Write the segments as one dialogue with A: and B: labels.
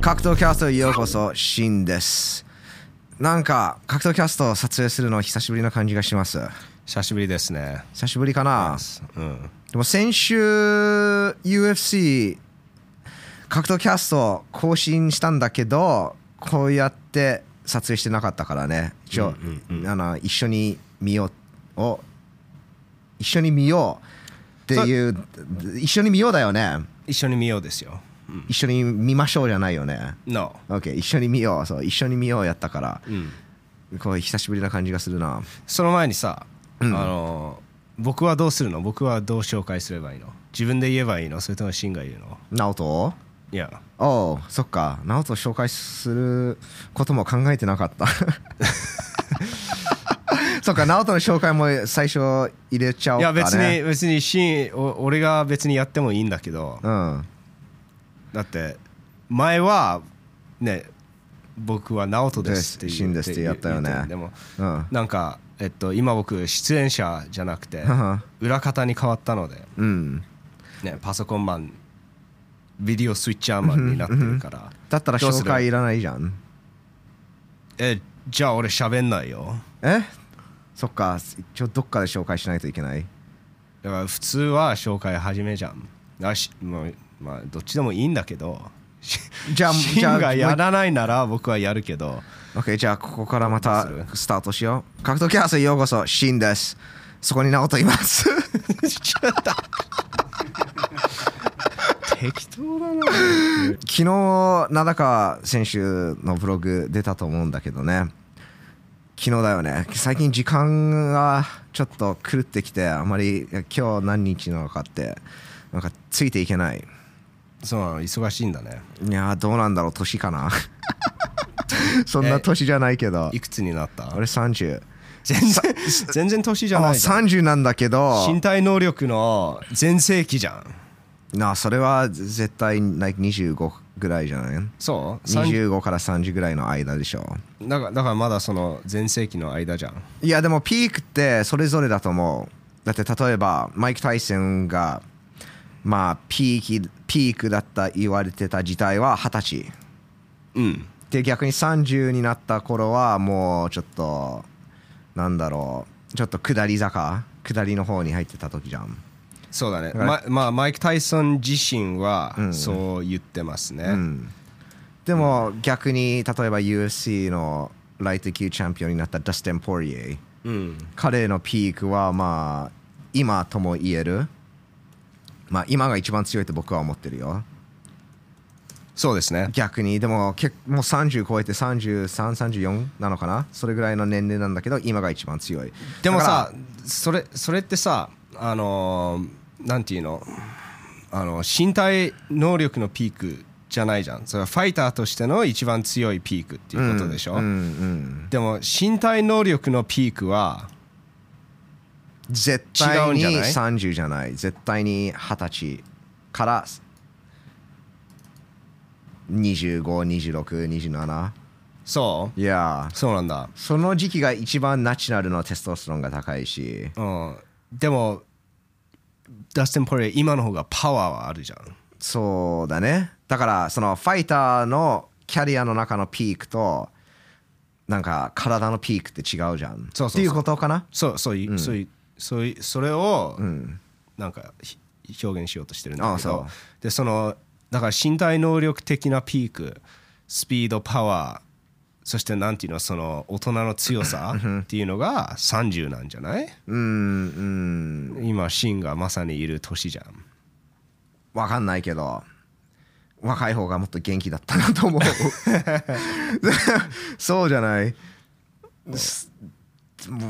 A: 格闘キャストへようこそシンですなんか格闘キャストを撮影するの久しぶりな感じがします
B: 久しぶりですね。
A: 久しぶりかな
B: うん。
A: でも先週 UFC 格闘キャスト更新したんだけどこうやって撮影してなかったからね一応、あの一緒に見ようを一緒に見ようっていう一緒に見ようだよね
B: 一緒に見ようですよ。
A: 一緒に見ましょうじゃないよね
B: No。
A: OK 一緒に見ようそう一緒に見ようやったから
B: うん。
A: こう久しぶりな感じがするな
B: その前にさ、あの僕はどうするの？僕はどう紹介すればいいの？自分で言えばいいの？それともシンが言うの？
A: 直人
B: いや、
A: おうそっか直人紹介することも考えてなかった そっか直人の紹介も最初入れちゃおう
B: い
A: か、
B: や
A: ね、
B: 別に別にシンお俺が別にやってもいいんだけど、
A: うん
B: だって前はね僕はナオトですって
A: ですシンですってやったよね
B: 言でも
A: うん
B: なんかえっと今僕出演者じゃなくて裏方に変わったので。
A: うん
B: ね、パソコンマンビデオスイッチャーマンになってるから
A: だったら
B: どうす
A: 紹
B: る
A: 介いらないじゃん
B: えじゃあ俺喋んないよ
A: えそっか一応どっかで紹介しないといけない
B: だから普通は紹介始めじゃんあしもうまあどっちでもいいんだけどし
A: じゃあ
B: シン
A: じゃあ
B: がやらないなら僕はやるけど
A: OK じゃあここからまた
B: どうす
A: スタートしよう格闘キャスへようこそシンですそこに直人います
B: ちょっと適当だな
A: 昨日名高選手のブログ出たと思うんだけどね昨日だよね最近時間がちょっと狂ってきてあまり今日何日なのかってなんかついていけない
B: そうなの忙しいんだね
A: いやーどうなんだろう年かな そんな年じゃないけど
B: いくつになった
A: 俺30
B: 全然 全然年じゃ
A: あ
B: ないじゃん
A: 30なんだけど
B: 身体能力の全盛期じゃん
A: なあそれは絶対ない25ぐらいじゃない
B: そう三十
A: 25から30ぐらいの間でしょ
B: だからだからまだその全盛期の間じゃん
A: いやでもピークってそれぞれだと思うだって例えばマイク・タイソンがまあピークピークだった言われてた時代は20歳
B: うん
A: で逆に30になった頃はもうちょっとなんだろうちょっと下り坂下りの方に入ってた時じゃん
B: そうだ
A: だ
B: ね
A: から
B: ままあマイク・タイソン自身はそう言ってますね、
A: うん、でも逆に例えば UFC のライト級チャンピオンになったダスティン・ポリエ
B: うん
A: 彼のピークはまあ今とも言えるまあ今が一番強いと僕は思ってるよ
B: そうですね
A: 逆にでも結もう30超えて3334なのかなそれぐらいの年齢なんだけど今が一番強い
B: でも
A: だ
B: さ
A: か
B: それそれってさあのーなんていうのあの身体能力のピークじゃないじゃんそれはファイターとしての一番強いピークって
A: ら
B: いうことでし
A: う
B: ょ、
A: んうん
B: でも身体能力のピークは
A: 絶対
B: 違うん
A: に
B: じゃない
A: 30じゃない絶対に20歳から252627
B: そ
A: いや
B: うそうなんだ
A: ーその時期が一番ナチュラルのテストステロンが高いし
B: うん、でもダスティン・ポリエ今の方がパワーはあるじゃん
A: そうだねだからそのファイターのキャリアの中のピークとなんか体のピークって違うじゃん
B: そうそうそう
A: っていうことかな
B: そうそういう、そういうそういうそれを
A: うん
B: なんかひ表現しようとしてるんだ
A: あ
B: けど
A: そ
B: でそのだから身体能力的なピークスピードパワーそしてなんていうのその大人の強さっていうのが30なんじゃない
A: うんうん
B: 今シンがまさにいる年じゃん
A: わかんないけど若い方がもっと元気だったなと思う そうじゃないす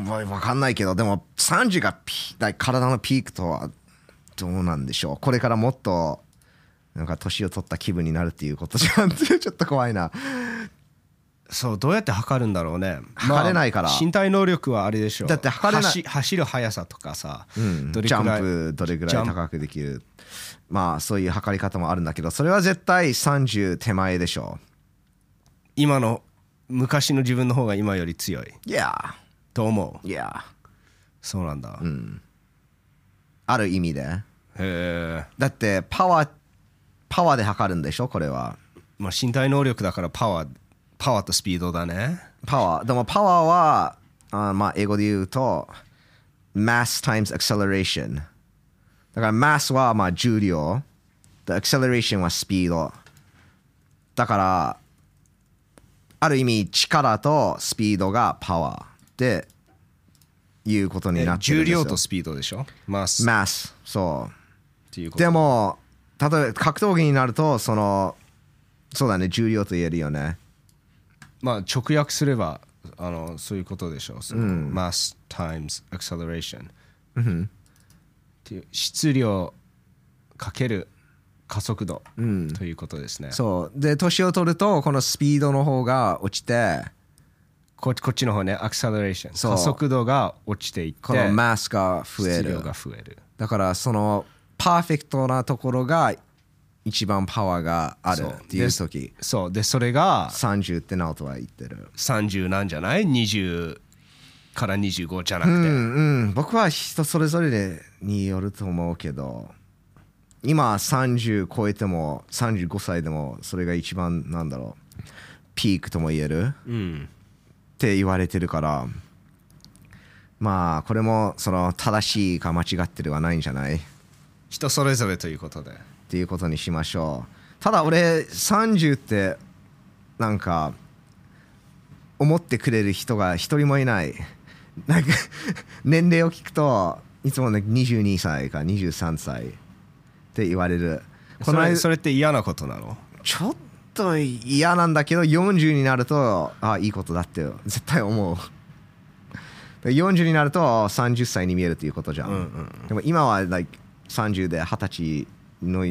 A: わわかんないけどでも30がピだ体のピークとはどうなんでしょうこれからもっとなんか年を取った気分になるっていうことじゃん ちょっと怖いな
B: そうどうやって測るんだろうね
A: 測れないから
B: まあ身体能力はあれでしょ
A: だって測れない
B: 走走る速さとかさ、どれ
A: ジ
B: くらい
A: ャンプどれぐ
B: ジ
A: ら
B: ャ
A: い
B: ンプ
A: 高くできるまあそういう測り方もあるんだけどそれは絶対30手前でしょ
B: 今の昔の自分の方が今より強いう
A: いや
B: と思う
A: いや
B: そうなんだ、へ
A: ある意味で
B: え
A: だってパワーパワーで測るんでしょこれは
B: まあ、身体能力だからパワーパワーとスピードだね
A: パワーでもパワーはあまあ英語で言うと mass times acceleration だから mass はまあ重量で acceleration はスピードだからある意味力とスピードがパワーっていうことになってるん
B: 重
A: ですよ
B: 量とスピードでしょマスっ
A: mass そう
B: ていうこと
A: でも例えば格闘技になるとそのそうだね重量と言えるよね
B: まあ直訳すればあのそういうことでしょう、マス times acceleration、っていう質量かける加速度、ということですね
A: そうで年を取るとこのスピードの方が落ちて
B: ここっちの方ねアクセレレーション
A: そう
B: 加速度が落ちていって
A: このマスが増え
B: 質
A: る
B: 量が増える
A: だからそのパーフェクトなところが一番パワーがある
B: そう
A: っていう時
B: そうでそれが
A: 30ってなおとは言ってる
B: 30なんじゃない ?20 から25じゃなくて、
A: うんうん僕は人それぞれによると思うけど今30超えても35歳でもそれが一番なんだろうピークとも言える
B: うん
A: って言われてるからまあこれもその正しいか間違ってるはないんじゃないっ
B: 人それぞれということで
A: ていうことにしましょうただ俺30ってなんか思ってくれる人が一人もいないなんか 年齢を聞くといつもね22歳か23歳って言われるこ
B: こ
A: の
B: のそれ
A: 間
B: それって嫌なことなの
A: ちょっと嫌なんだけど40になるとあいいことだって絶対思うで40になると30歳に見えるということじゃん,、
B: うんうん
A: でも今は like, 30で20歳の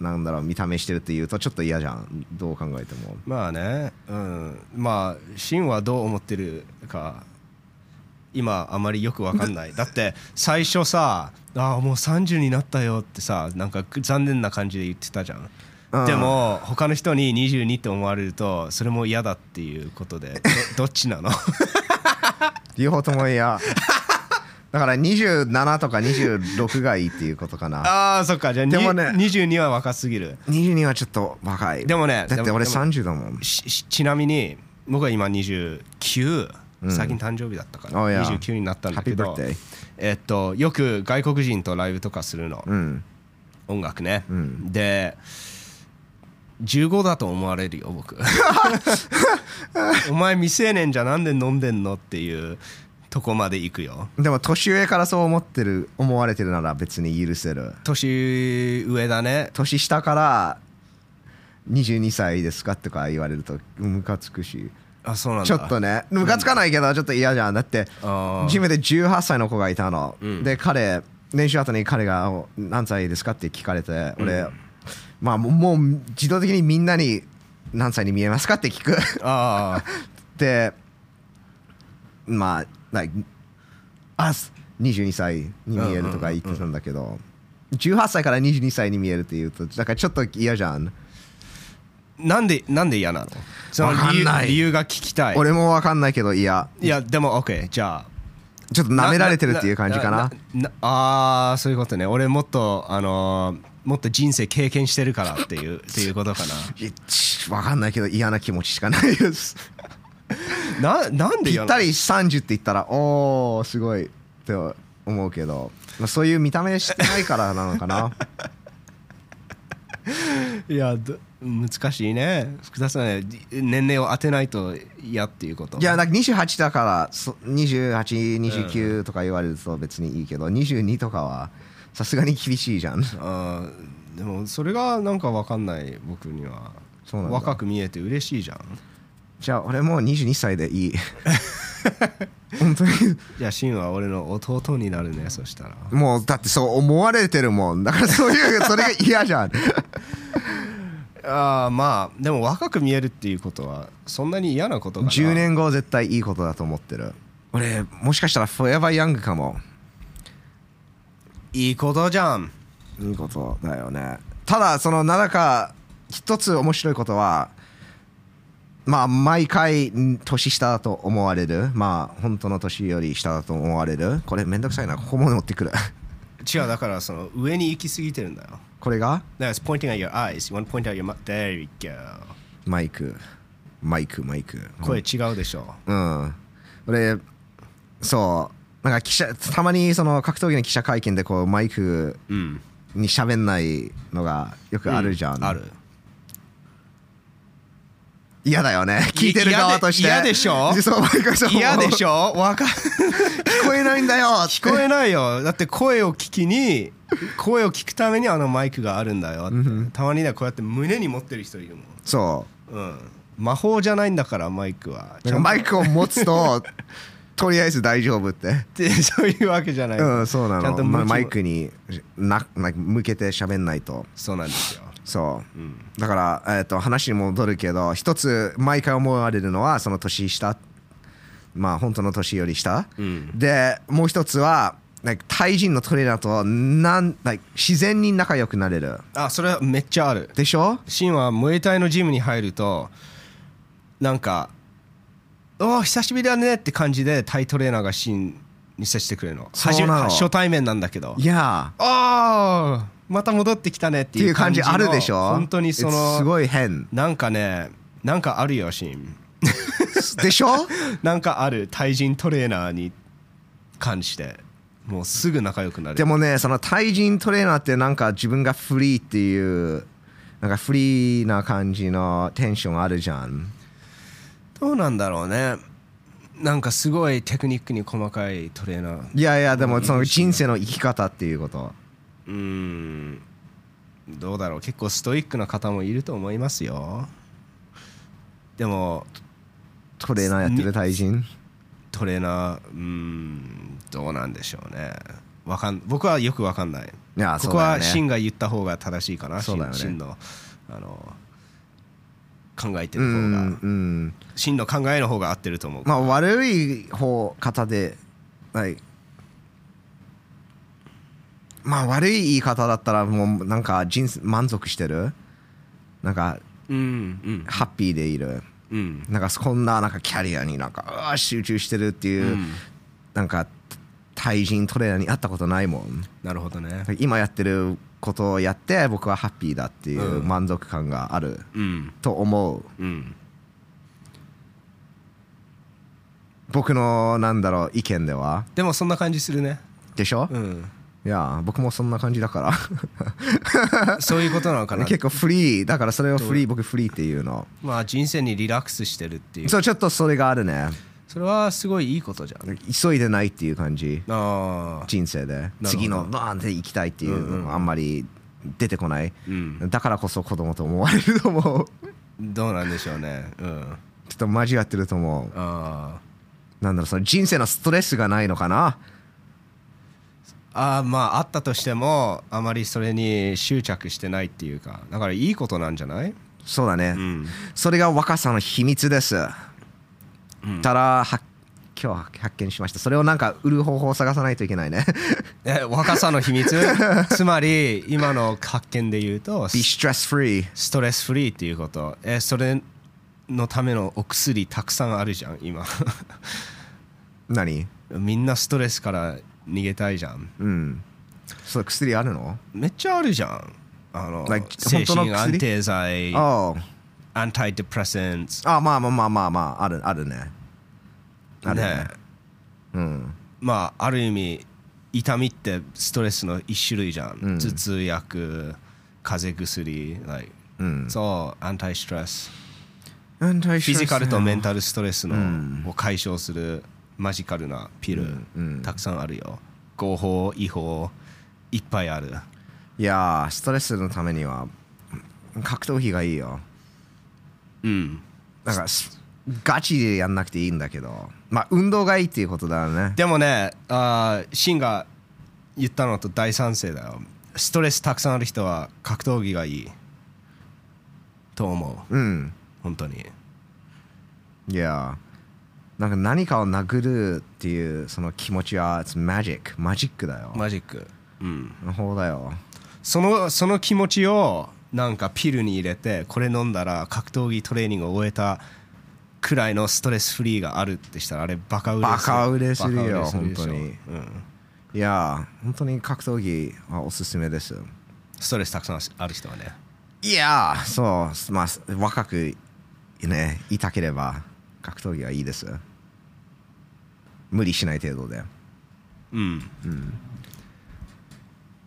A: なんだろう見た目してるっていうとちょっと嫌じゃんどう考えても
B: まあね、うん、まあシンはどう思ってるか今あまりよくわかん ないだって最初さ「ああもう30になったよ」ってさなんか残念な感じで言ってたじゃん
A: うん
B: でも他の人に22って思われるとそれも嫌だっていうことでどど っちなの
A: 両方とも 嫌だから27とか26がいいっていうことかな
B: ああそっかじゃあ、
A: で
B: で
A: も
B: も
A: ね
B: ね、22は若すぎる
A: 22はちょっと若い
B: でもね
A: だって俺
B: でも
A: 30だもん
B: ししちなみに僕は今29、最近誕生日だったから、
A: Oh, yeah.
B: 29になったんだけ
A: Happy
B: ど
A: birthday
B: えっとよく外国人とライブとかするの、
A: うん
B: 音楽ね、
A: ん
B: で15だと思われる よ僕お前未成年じゃなんで飲んでんのっていうとこまで行くよ
A: でも年上からそう思ってる思われてるなら別に許せる
B: 年上だね
A: 年下から22歳ですかとか言われるとムカつくし
B: あそうなんだ
A: ちょっとねムカつかないけどちょっと嫌じゃんだって
B: あー
A: ジムで18歳の子がいたの、
B: ん
A: で彼練習後に彼がお何歳ですかって聞かれて俺、まあもうもう自動的にみんなに何歳に見えますかって聞く
B: あ
A: でまあ like あす22歳に見えるとか言ってたんだけど、18歳から22歳に見えるって言うとだからちょっと嫌じゃん
B: ーなんでなんで嫌なのその理由
A: わかんない
B: 理由が聞きたい
A: 俺もわかんないけどいや
B: いやでも OK じゃあ
A: ちょっと舐められてるっていう感じかな
B: なああーそういうことね俺もっとあのーもっと人生経験してるからっていう っていうことか
A: いやちわかんないけど嫌な気持ちしかないです
B: なななん
A: ぴ
B: で嫌
A: っ
B: な
A: た
B: の
A: り30って言ったらおーすごいって思うけど、まあ、そういう見た目してないからなのかな
B: いやど難しいね複雑だね年齢を当てないと嫌っていうこと
A: いやなんか28だから2829とか言われると別にいいけど22とかはさすがに厳しいじ ゃん
B: あーでもそれがなんか分かんない僕には
A: そうなんだ
B: 若く見えて嬉しいじゃん
A: じゃあ俺もう22歳で いい本当に
B: じゃあシンは俺の弟になるねそしたら
A: もうだってそう思われてるもんだからそういう それが嫌じゃん
B: ああまあでも若く見えるっていうことはそんなに嫌なことかな
A: 10年後は絶対いいことだと思ってる俺もしかしたらフォーエバーヤングかも
B: いいことじゃん
A: いいことだよねただそのなんか一つ面白いことはまあ毎回ん年下だと思われるまあ本当の年より下だと思われるこれめんどくさいなここも持ってくる
B: 違うだからその上に行き過ぎてるんだよ
A: これが
B: No, it's pointing at your eyes. You want to point out your mouth. There you go.
A: マイクマイクマイク
B: 声違うでしょ。
A: うん俺そうなんか記者たまにその格闘技の記者会見でこうマイク
B: うん。
A: に喋んないのがよくあるじゃん、
B: ある。
A: 嫌だよね聞いてる側として
B: 嫌で嫌でしょ
A: そう毎回そう
B: 嫌でしょ わか
A: 聞こえないんだよって
B: 聞こえないよ。だって声を聞きに、声を聞くためにあのマイクがあるんだよって。たまにね、こうやって胸に持ってる人いるもん。
A: そ
B: うん。魔法じゃないんだから、マイクは。
A: うなんかマイクを持つととりあえず大丈夫って
B: って、 そういうわけじゃない。
A: うんそうな
B: ちゃん
A: の
B: と向きも
A: まマイクになな向けて喋んないと
B: そうなんですよ。
A: そう、
B: ん
A: だから、えー、と話に戻るけど一つ毎回思われるのはその年下まあ本当の年より下、
B: うん
A: でもう一つは like タイ人のトレーナーとなん like 自然に仲良くなれる
B: あ、それはめっちゃある。
A: でしょ
B: シンはムエタイのジムに入るとなんか「おお久しぶりだね」って感じでタイトレーナーがシンに接してくれるの
A: そうなの
B: 初め初対面なんだけど
A: いや
B: 「ああまた戻ってきたね」っ
A: ー
B: て
A: ってい
B: いう
A: う感じあ
B: の
A: るでしょ
B: 本当にそ
A: It's す
B: の
A: ごい変
B: なんかねなんかあるよシン
A: でしょ
B: なんかあるタイ人トレーナーに関してもうすぐ仲良くな
A: で
B: る
A: もねその対人トレーナーってなんか自分がフリーっていうなんかフリーな感じのテンションあるじゃん
B: どうなんだろうねなんかすごいテクニックに細かいトレーナー
A: いやいやでもその人生の生き方っていうこと
B: うーんどうだろう結構ストイックな方もいると思いますよでも
A: トレーナーやってる対人
B: トレーナーうーんどうなんでしょうねわかん僕はよくわかんない
A: いや
B: こ
A: そう
B: こ
A: だよ
B: は
A: ね
B: シンが言った方が正しいかな
A: そうだよね
B: シンシンのあの考えて
A: う
B: る方
A: ん
B: が、
A: うん
B: シンの考えの方が合ってると思う、
A: まあ悪い方方ではいまあ悪い言い方だったらもうなんか人生満足してるなんか
B: うんうん
A: ハッピーでいる
B: うん
A: なんかこんななんかキャリアになんかうわ集中してるっていう、
B: うん
A: なんか対人トレーナーに会ったことないもん
B: なるほどね
A: 今やってることをやって僕はハッピーだっていう
B: うん
A: 満足感がある
B: うん
A: と思う
B: うん
A: 僕のなんだろう意見では
B: でもそんな感じするね
A: でしょ、
B: う
A: い
B: ん
A: や僕もそんな感じだから
B: そういうことなのかな
A: 結構フリーだからそれをフリー僕フリーっていうの
B: まあ人生にリラックスしてるっていう
A: そうちょっとそれがあるね
B: それはすごいいいことじゃん
A: 急いでないっていう感じ
B: ああ
A: 人生で
B: ど
A: 次のバーンって行きたいっていうのがあんまり出てこない、
B: うん
A: だからこそ子供と思われると思う
B: どうなんでしょうねうんあ
A: ちょっと交わってると思
B: あ
A: うなんだろうその人生のストレスがないのかな
B: あーまああったとしてもあまりそれに執着してないっていうかだからいいことなんじゃない
A: そうだね、
B: ん
A: それが若さの秘密です、たらは今日発見しましたそれをなんか売る方法を探さないといけ ないね
B: え若さの 秘密つまり今の発見で言うと
A: Be stress free
B: ストレスフリーっていうことえそれのためのお薬たくさんあるじゃん今
A: 何
B: みんなストレスから逃げたいじゃん
A: うんそう薬あるの
B: めっちゃあるじゃんあの、
A: Like
B: 精
A: 本当
B: 神
A: の
B: 安
A: 薬
B: 定剤
A: あ
B: アンタイデプレセンツ
A: ああまあまあまあまあまああるあるねあるね
B: ね
A: うん
B: まあある意味痛みってストレスの一種類じゃん、
A: うん
B: 頭痛薬風邪薬、like
A: うん
B: そうアンタイストレス
A: フ
B: フィ
A: ィ
B: ジカルとメン
A: タ
B: タルストレスの、
A: うん
B: を解消するマジカルなピル、
A: うんうん
B: たくさんあるよ合法違法いっぱいある
A: ルいやーストレスのためには格闘技がいいよ
B: うん
A: なんかすガチでやんなくていいんだけどまあ運動がいいっていうことだよね
B: でもねあーシンが言ったのと大賛成だよストレスたくさんある人は格闘技がいいと思う
A: うん
B: 本当に
A: いやなんか何かを殴るっていうその気持ちは It's magic マジックだよ
B: マジックうん
A: 魔法だよ
B: そのその気持ちをなんかピルに入れてこれ飲んだら格闘技トレーニングを終えたくらいのストレスフリーがあるってしたらあれバカ売れ
A: バカ売れするよ
B: バカ売れするでしょ
A: 本当に
B: うん
A: いやー本当に格闘技はおすすめです
B: ストレスたくさんある人はね
A: いやーそうまあ若くねいたければ格闘技はいいです無理しない程度で
B: うん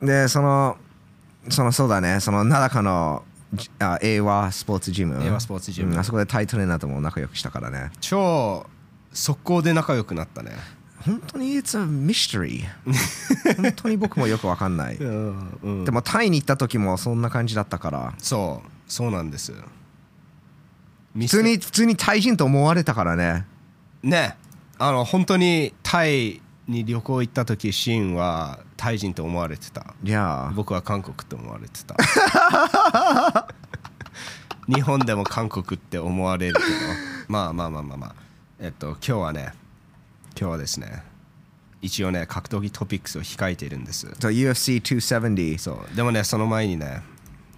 A: でそのそのそうだねその名高のじあ英和スポーツジム
B: 英和スポーツジム
A: うんあそこでタイトレーナーとも仲良くしたからね
B: 超速攻で仲良くなったね
A: 本当に It's a mystery 本当に僕もよくわかんないで
B: うん
A: もタイに行った時もそんな感じだったから
B: そうそうなんです普
A: 普通に普通にタイ人と思われたからね
B: ねあの本当にタイに旅行行った時シーンはタイ人と思われてた
A: いや
B: 僕は韓国って思われてた日本でも韓国って思われるけどまあまあまあまあまあえっと今日はね今日はですね一応ね格闘技トピックスを控えているんです
A: ー UFC270
B: そうでもねその前にね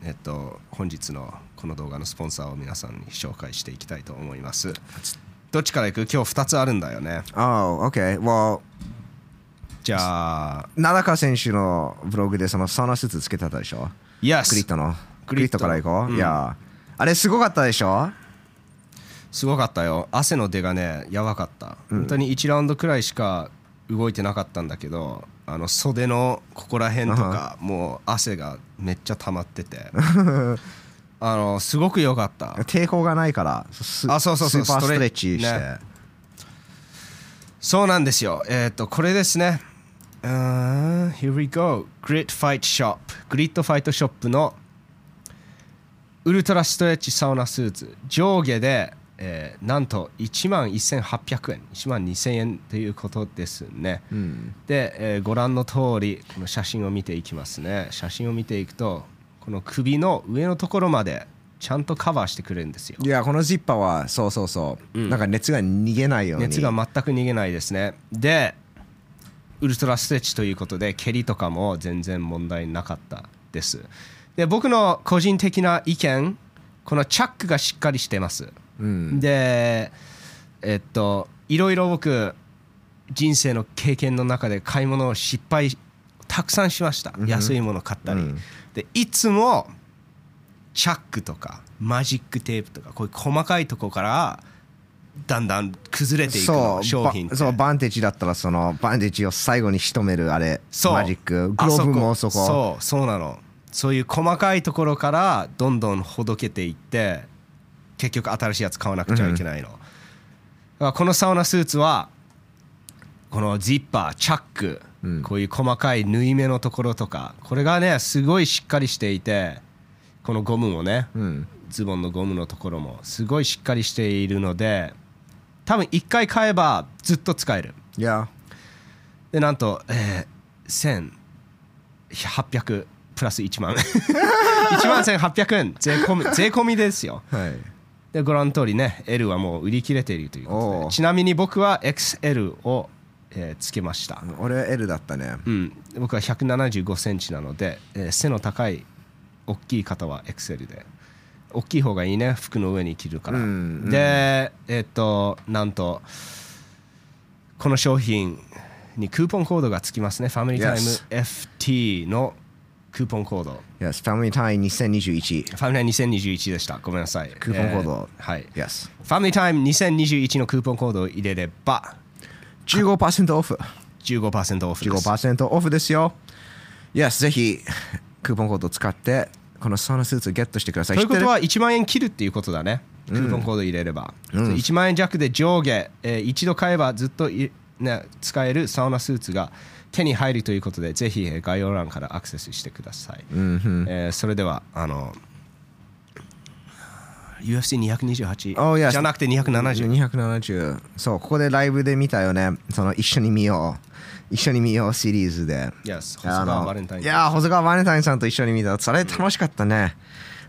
B: えっと本日のこの動画のスポンサーを皆さんに紹介していきたいと思いますどっちから行く今日2つあるんだよね
A: Oh, okay. Well,
B: じゃあ
A: 名高選手のブログでそのサウナスーツつけてたでしょ
B: Yes
A: クリットの
B: ク
A: ク
B: リ
A: リ
B: ッ
A: ッ
B: ト
A: トからいこう、
B: うん
A: いやーあれすごかったでしょ
B: すごかったよ汗の出がねやばかった、本当に1ラウンドくらいしか動いてなかったんだけどあの袖のここら辺とかもう汗がめっちゃ溜まっ ててあのすごく良かった
A: 抵抗がないからス
B: あそうそうそう
A: スーパー
B: ス
A: ス
B: ト
A: ト
B: レ
A: レ
B: ッ
A: ッ
B: チ
A: チして、
B: ねそうなんですよえっ、とこれですねうーん Here we go グリッドファイトショップグリッドファイトショップのウルトラストレッチサウナスーツ上下で、えーなんと1万1800円1万2000円ということですね、で、えーご覧の通りこの写真を見ていきますね写真を見ていくとこの首の上のところまでちゃんとカバーしてくれるんですよ
A: いやこのジッパーはそうそうそう、なんか熱が逃げないように
B: 熱が全く逃げないですねでウルトラステッチということで蹴りとかも全然問題なかったですで僕の個人的な意見このチャックがしっかりしてます、でえっといろいろ僕人生の経験の中で買い物を失敗たくさんしました、安いもの買ったり、でいつもチャックとかマジックテープとかこういう細かいとこからだんだん崩れていくの
A: そう
B: 商品って
A: ばそうバンテージだったらそのバンテージを最後に仕留めるあれ
B: そう
A: マジックグローブもそこ
B: そうそうなのそういう細かいところからどんどんほどけていって結局新しいやつ買わなくちゃいけないの、だからこのサウナスーツはこのジッパーチャック、こういう細かい縫い目のところとかこれがねすごいしっかりしていてこのゴムもね、ズボンのゴムのところもすごいしっかりしているので多分1回買えばずっと使える
A: いや
B: でなんと、えー、1800プラス1万1万1800円税込み税込みですよ
A: はい
B: でご覧の通りね L はもう売り切れているということ
A: お
B: で
A: う
B: ちなみに僕は XL を、えーつけました、
A: 俺は L だったね
B: うん、僕は1 7 5センチなので、えー背の高い大きい方は XL で大きい方がいいね服の上に着るから、
A: うんうん
B: でえっとなんとこの商品にクーポンコードがつきますねファミリータイム
A: Yes
B: FT のクーポンコード
A: Yes ファミリー単位2021
B: ファミリー2021でしたごめんなさい
A: クーポンコード
B: えーはい
A: Yes
B: ファミリータイム2021のクーポンコードを入れれば
A: 15%オフ
B: 15%オフです
A: 15%オフですよ Yes ぜひクーポンコードを使ってこのサウナスーツをゲットしてください
B: ということ
A: 知っ
B: は1万円切るっていうことだね、クーポンコード入れれば、1万円弱で上下、えー一度買えばずっとい、ね、使えるサウナスーツが手に入るということでぜひえー概要欄からアクセスしてください、えーそれではあの UFC228、
A: Oh, yes.
B: じゃなくて
A: て
B: 270、
A: る270そうここでライブで見たよねその一緒に見よう一緒に見ようシリーズで
B: Yes 細
A: あ
B: 川
A: の
B: バレンタイン
A: いやー細川バレンタインさんと一緒に見たそれ楽しかったね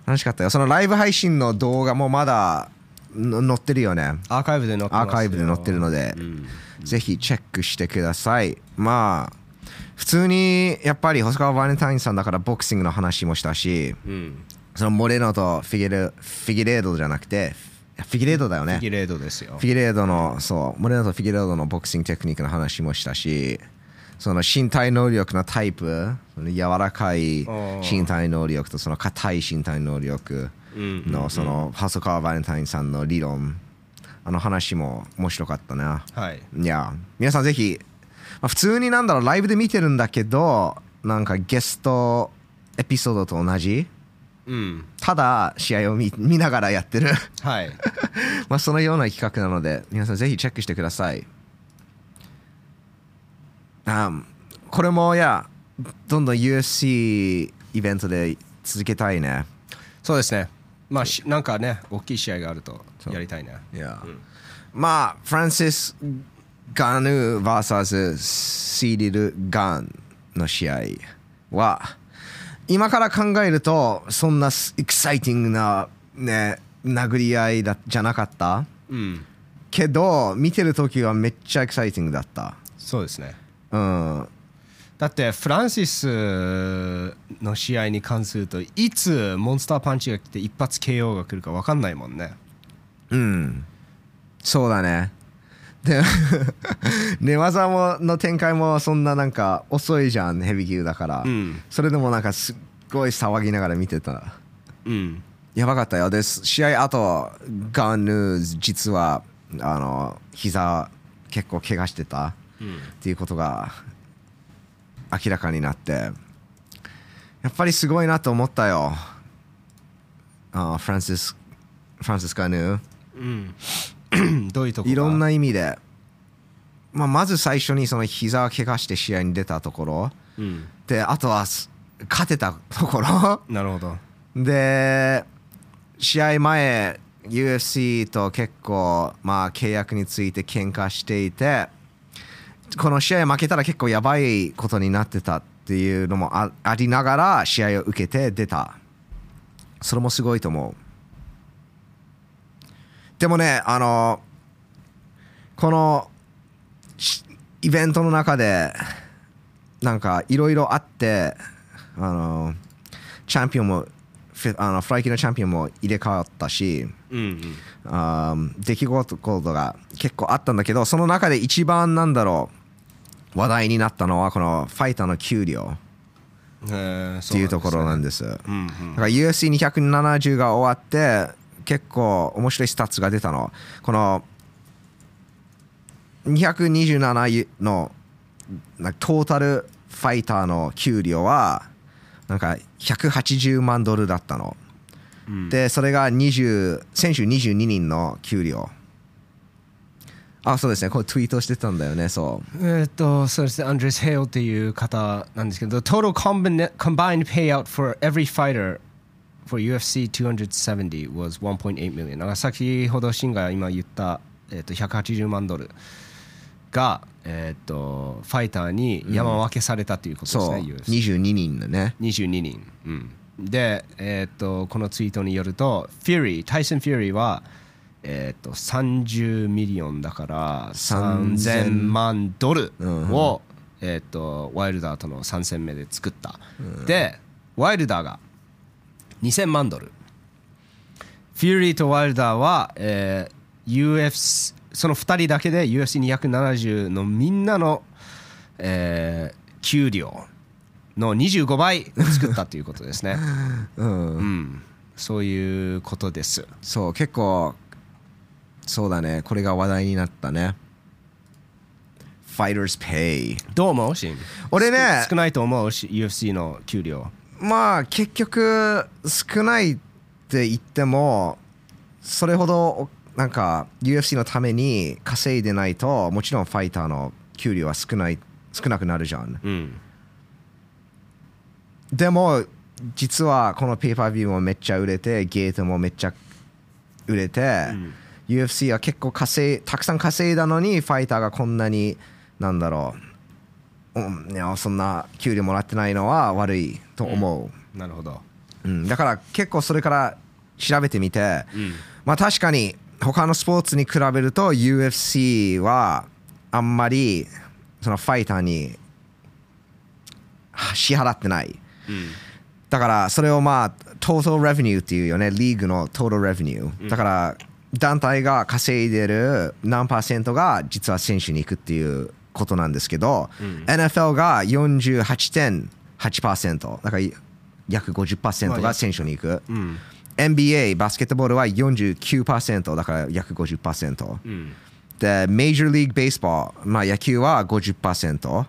A: 楽しかったよそのライブ配信の動画もまだの載ってるよね
B: アーカイブで載ってます
A: アー
B: よ
A: カイブで載ってるので、ぜひチェックしてくださいまあ普通にやっぱり細川バレンタインさんだからボクシングの話もしたし
B: うん
A: そのモレノとフィギレフィギレードじゃなくてフィギレードだよ
B: フ
A: ね
B: ィギレードですよ
A: フィギレードのそうモレノとフィギレードのボクシングテクニックの話もしたしその身体能力のタイプその柔らかい身体能力とその硬い身体能力のそのパソカー・バレンタインさんの理論あの話も面白かったな
B: はい
A: いや皆さんぜひ、まあ、普通になんだろうライブで見てるんだけどなんかゲストエピソードと同じ
B: うん
A: ただ試合を見見ながらやってる
B: はい
A: まあそのような企画なので皆さんぜひチェックしてくださいあこれもいやどんどん USC イベントで続けたいね
B: そうですねまあしなんかね大きい試合があるとやりたいね
A: いや、まあフランシス・ガヌー VS シーリル・ガンの試合は今から考えるとそんなエキサイティングなね殴り合いだじゃなかった
B: うん
A: けど見てる時はめっちゃエキサイティングだった
B: そうですね
A: うん
B: だってフランシスの試合に関するといつモンスターパンチが来て一発 KO が来るか分かんないもんね
A: うんそうだねで 寝技もの展開もそんななんか遅いじゃんヘビー級だから、
B: ん
A: それでもなんかすっごい騒ぎながら見てた
B: うん
A: やばかったよです試合あとガンヌー実はあの膝結構怪我してたっていうことが明らかになってやっぱりすごいなと思ったよあフランシスフランシス・ガヌー
B: うんどういうとこが
A: いろんな意味で、まあ、まず最初にその膝を怪我して試合に出たところ
B: うん
A: であとはす勝てたところ
B: なるほど
A: で試合前 UFC と結構まあ契約について喧嘩していてこの試合負けたら結構やばいことになってたっていうのもあありながら試合を受けて出たそれもすごいと思うでもねあのこのしイベントの中でなんかいろいろあってあのチャンピオンもフィあのフライ級のチャンピオンも入れ替わったし
B: うん
A: あー出来事が結構あったんだけどその中で一番なんだろう話題になったのはこのファイターの給料
B: うんへえ
A: っていうところなんんですだ
B: うん
A: から UFC270 が終わって結構面白いスタッツが出たのこの227のなんかトータルファイターの給料はなんか180万ドルだったの
B: うん
A: でそれが20選手22人の給料あそうですねこれツイートしてたんだよねそう
B: えーっと、そうですね、アンドレス・ヘイオっていう方なんですけど、Total combine- combined payout for every fighter for UFC270 was 1.8 million。だから先ほどシンが今言った、えーっと180万ドルが、えーっとファイターに山分けされたということです
A: そう
B: ね、UFC
A: 22人のね
B: 22人、で、えーっとこのツイートによるとフューリータイソン・フューリーは、えーっと30ミリオンだから3000万ドルを、えーっとワイルダーとの3戦目で作った、でワイルダーが2000万ドルフューリーとワイルダーは、えー UFC その2人だけで UFC270 のみんなの、えー給料の25倍作ったということですね、
A: うん
B: うん、そういうことです
A: そう結構そうだねこれが話題になったね Fighters Pay
B: どう思うシン
A: 俺ね
B: 少少ないと思うし UFC の給料
A: まあ結局少ないって言ってもそれほどなんか UFC のために稼いでないともちろんファイターの給料は少ない少なくなるじゃん
B: うん
A: でも実はこのペーパービューもめっちゃ売れてゲートもめっちゃ売れて、UFC は結構稼いたくさん稼いだのにファイターがこんなになんだろう、うん、いやそんな給料もらってないのは悪いと思
B: なるほど
A: う、うんだから結構それから調べてみて、まあ確かに他のスポーツに比べると UFC はあんまりそのファイターには支払ってないだからそれをまあトータルレベニューっていうよねリーグのトータルレベニューだから団体が稼いでる何パーセントが実は選手に行くっていうことなんですけど、NFL が48.8%だから約50%が選手に行く、NBA バスケットボールは49%だから約50%、でメジャーリーグベースボール、まあ、野球は50%、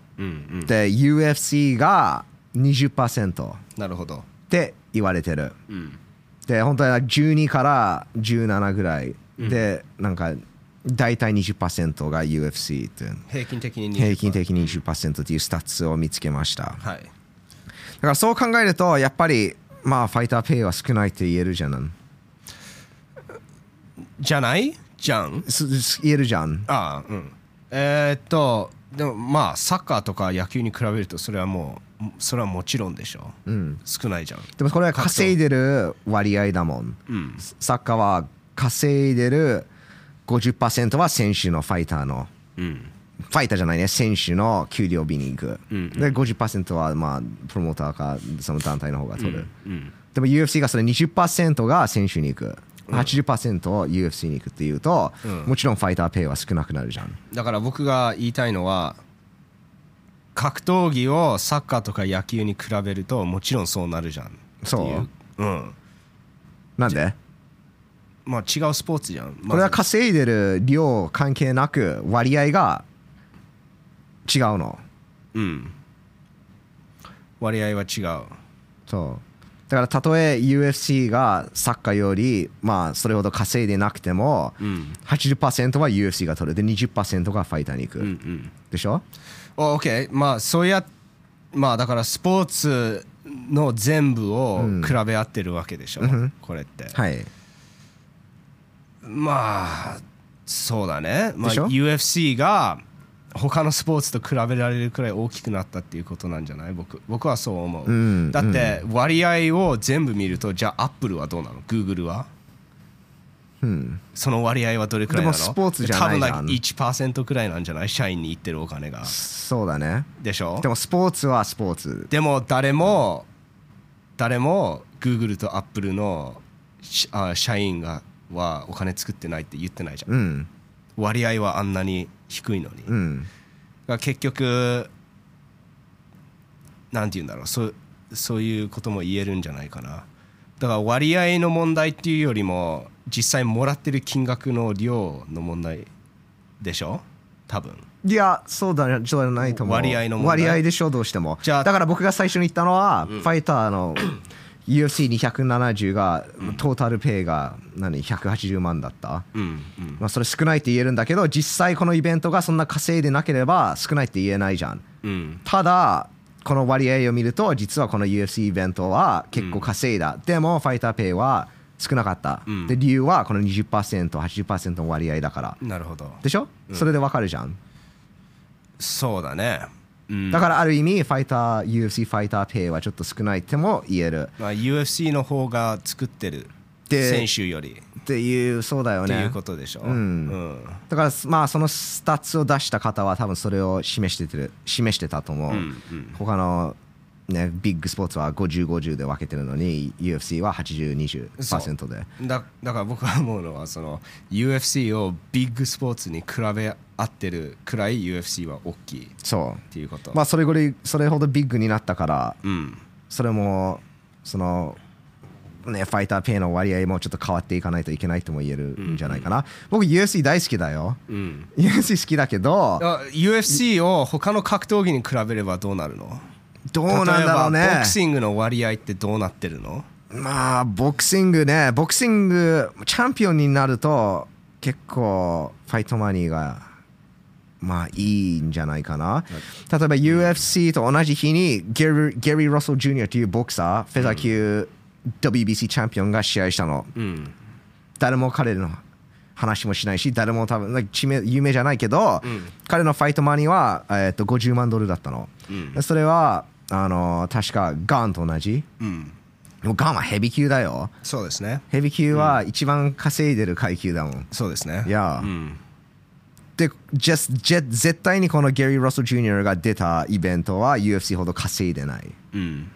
A: で UFC が20%っ
B: なるほど
A: て言われてる
B: うん
A: で本当は12から17ぐらいで、なんか大体20%が UFC っていう
B: 平均的に20%
A: 平均的に20%っていうスタッツを見つけました
B: はい
A: だからそう考えるとやっぱりまあファイターペイは少ないって言えるじゃん
B: じゃないじゃん
A: すす言えるじゃん
B: ああうんえーっとでもまあサッカーとか野球に比べるとそれはもうそれはもちろんでしょ、うん、少ないじゃん
A: でもこれは稼いでる割合だもん、
B: うん
A: サッカーは稼いでる50%は選手のファイターの
B: うん
A: ファイターじゃないね選手の給料日に行く、
B: うんうん
A: で50%はまあプロモーターかその団体の方が取る、
B: うん
A: でも UFC がそれ20%が選手に行く80%を UFC に行くっていうと、
B: うん
A: もちろんファイターペイは少なくなるじゃん
B: だから僕が言いたいのは格闘技をサッカーとか野球に比べるともちろんそうなるじゃん
A: そう
B: ううん
A: なんで
B: まあ違うスポーツじゃん、まず
A: これは稼いでる量関係なく割合が違うの
B: うん割合は違う
A: そうだからたとえ UFC がサッカーよりまあそれほど稼いでなくても、
B: うん
A: 80%は UFC が取るで20%がファイターに行く、
B: うんうん
A: でしょ
B: オーケーまあそうやまあだからスポーツの全部を比べ合ってるわけでしょ、これって、
A: はい
B: まあそうだね、まあ、
A: でしょ
B: UFC が他のスポーツと比べられるくらい大きくなったっていうことなんじゃない僕僕はそう思う、
A: うん
B: だって割合を全部見るとじゃあアップルはどうなのグーグルは
A: うん
B: その割合はどれくらいな
A: で
B: の
A: もスポーツじゃないじゃん
B: 多分 like 1%くらいなんじゃない社員に行ってるお金が
A: そうだね
B: でしょ
A: でもスポーツはスポーツ
B: でも誰も誰も Google と Apple のしあ社員がはお金作ってないって言ってないじゃん
A: うん
B: 割合はあんなに低いのに、だか
A: うん
B: ら結局なんて言うんだろうそうそういうことも言えるんじゃないかなだから割合の問題っていうよりも実際もらってる金額の量の問題でしょ多分
A: いやそうだねそうじゃないと思う
B: 割合の問題
A: 割合でしょどうしても
B: じゃあ
A: だから僕が最初に言ったのは、ファイターの UFC270 がトータルペイが何180万だった、
B: うんうん
A: まあ、それ少ないって言えるんだけど実際このイベントがそんな稼いでなければ少ないって言えないじゃん
B: うん
A: ただこの割合を見ると実はこの UFC イベントは結構稼いだ、でもファイターペイは少なかった、
B: うん
A: で理由はこの 20%80% の割合だから
B: なるほど
A: でしょ、それでわかるじゃん
B: そうだねうん
A: だからある意味ファイター UFC ファイターペイはちょっと少ないっても言える
B: まあ、UFC の方が作ってる
A: で
B: 選手より
A: っていうそうだよ
B: ってい
A: ね
B: うことでしょ、
A: んだからまあそのスタッツを出した方は多分それを示しててる示してたと思う、
B: うんうん
A: 他のね、ビッグスポーツは5050で分けてるのに UFC は8020%で
B: うん、だだから僕は思うのはその UFC をビッグスポーツに比べ合ってるくらい UFC は大きいっ
A: そう
B: ていうこと、
A: まあそれぐらいそれほどビッグになったから
B: うん、
A: それもそのねファイターペイの割合もちょっと変わっていかないといけないとも言えるんじゃないかな、僕 UFC 大好きだよ
B: うん
A: UFC 好きだけど
B: あ UFC を他の格闘技に比べればどうなるの
A: どうなんだろう
B: 例えば
A: ね
B: ボクシングの割合ってどうなってるの
A: まあボクシングねボクシングチャンピオンになると結構ファイトマニーがまあいいんじゃないかな例えば UFC と同じ日にゲリゲリー・ロッソル・ジュニアというボクサーフェザー級 WBC チャンピオンが試合したの
B: うん
A: 誰も彼の話もしないし誰も多分なんか知名有名じゃないけど、彼のファイトマニーは、えー、と50万ドルだったの、
B: うん
A: それはあのー確かガンと同じ
B: うん
A: でもガンはヘビー級だよ
B: そうですね
A: ヘビー級は一番稼いでる階級だもん。
B: そうですね
A: いや
B: う
A: ー
B: ん
A: で、ジェスジェ絶対にこのゲリー・ロッソル・ジュニアが出たイベントは UFC ほど稼いでない。
B: うん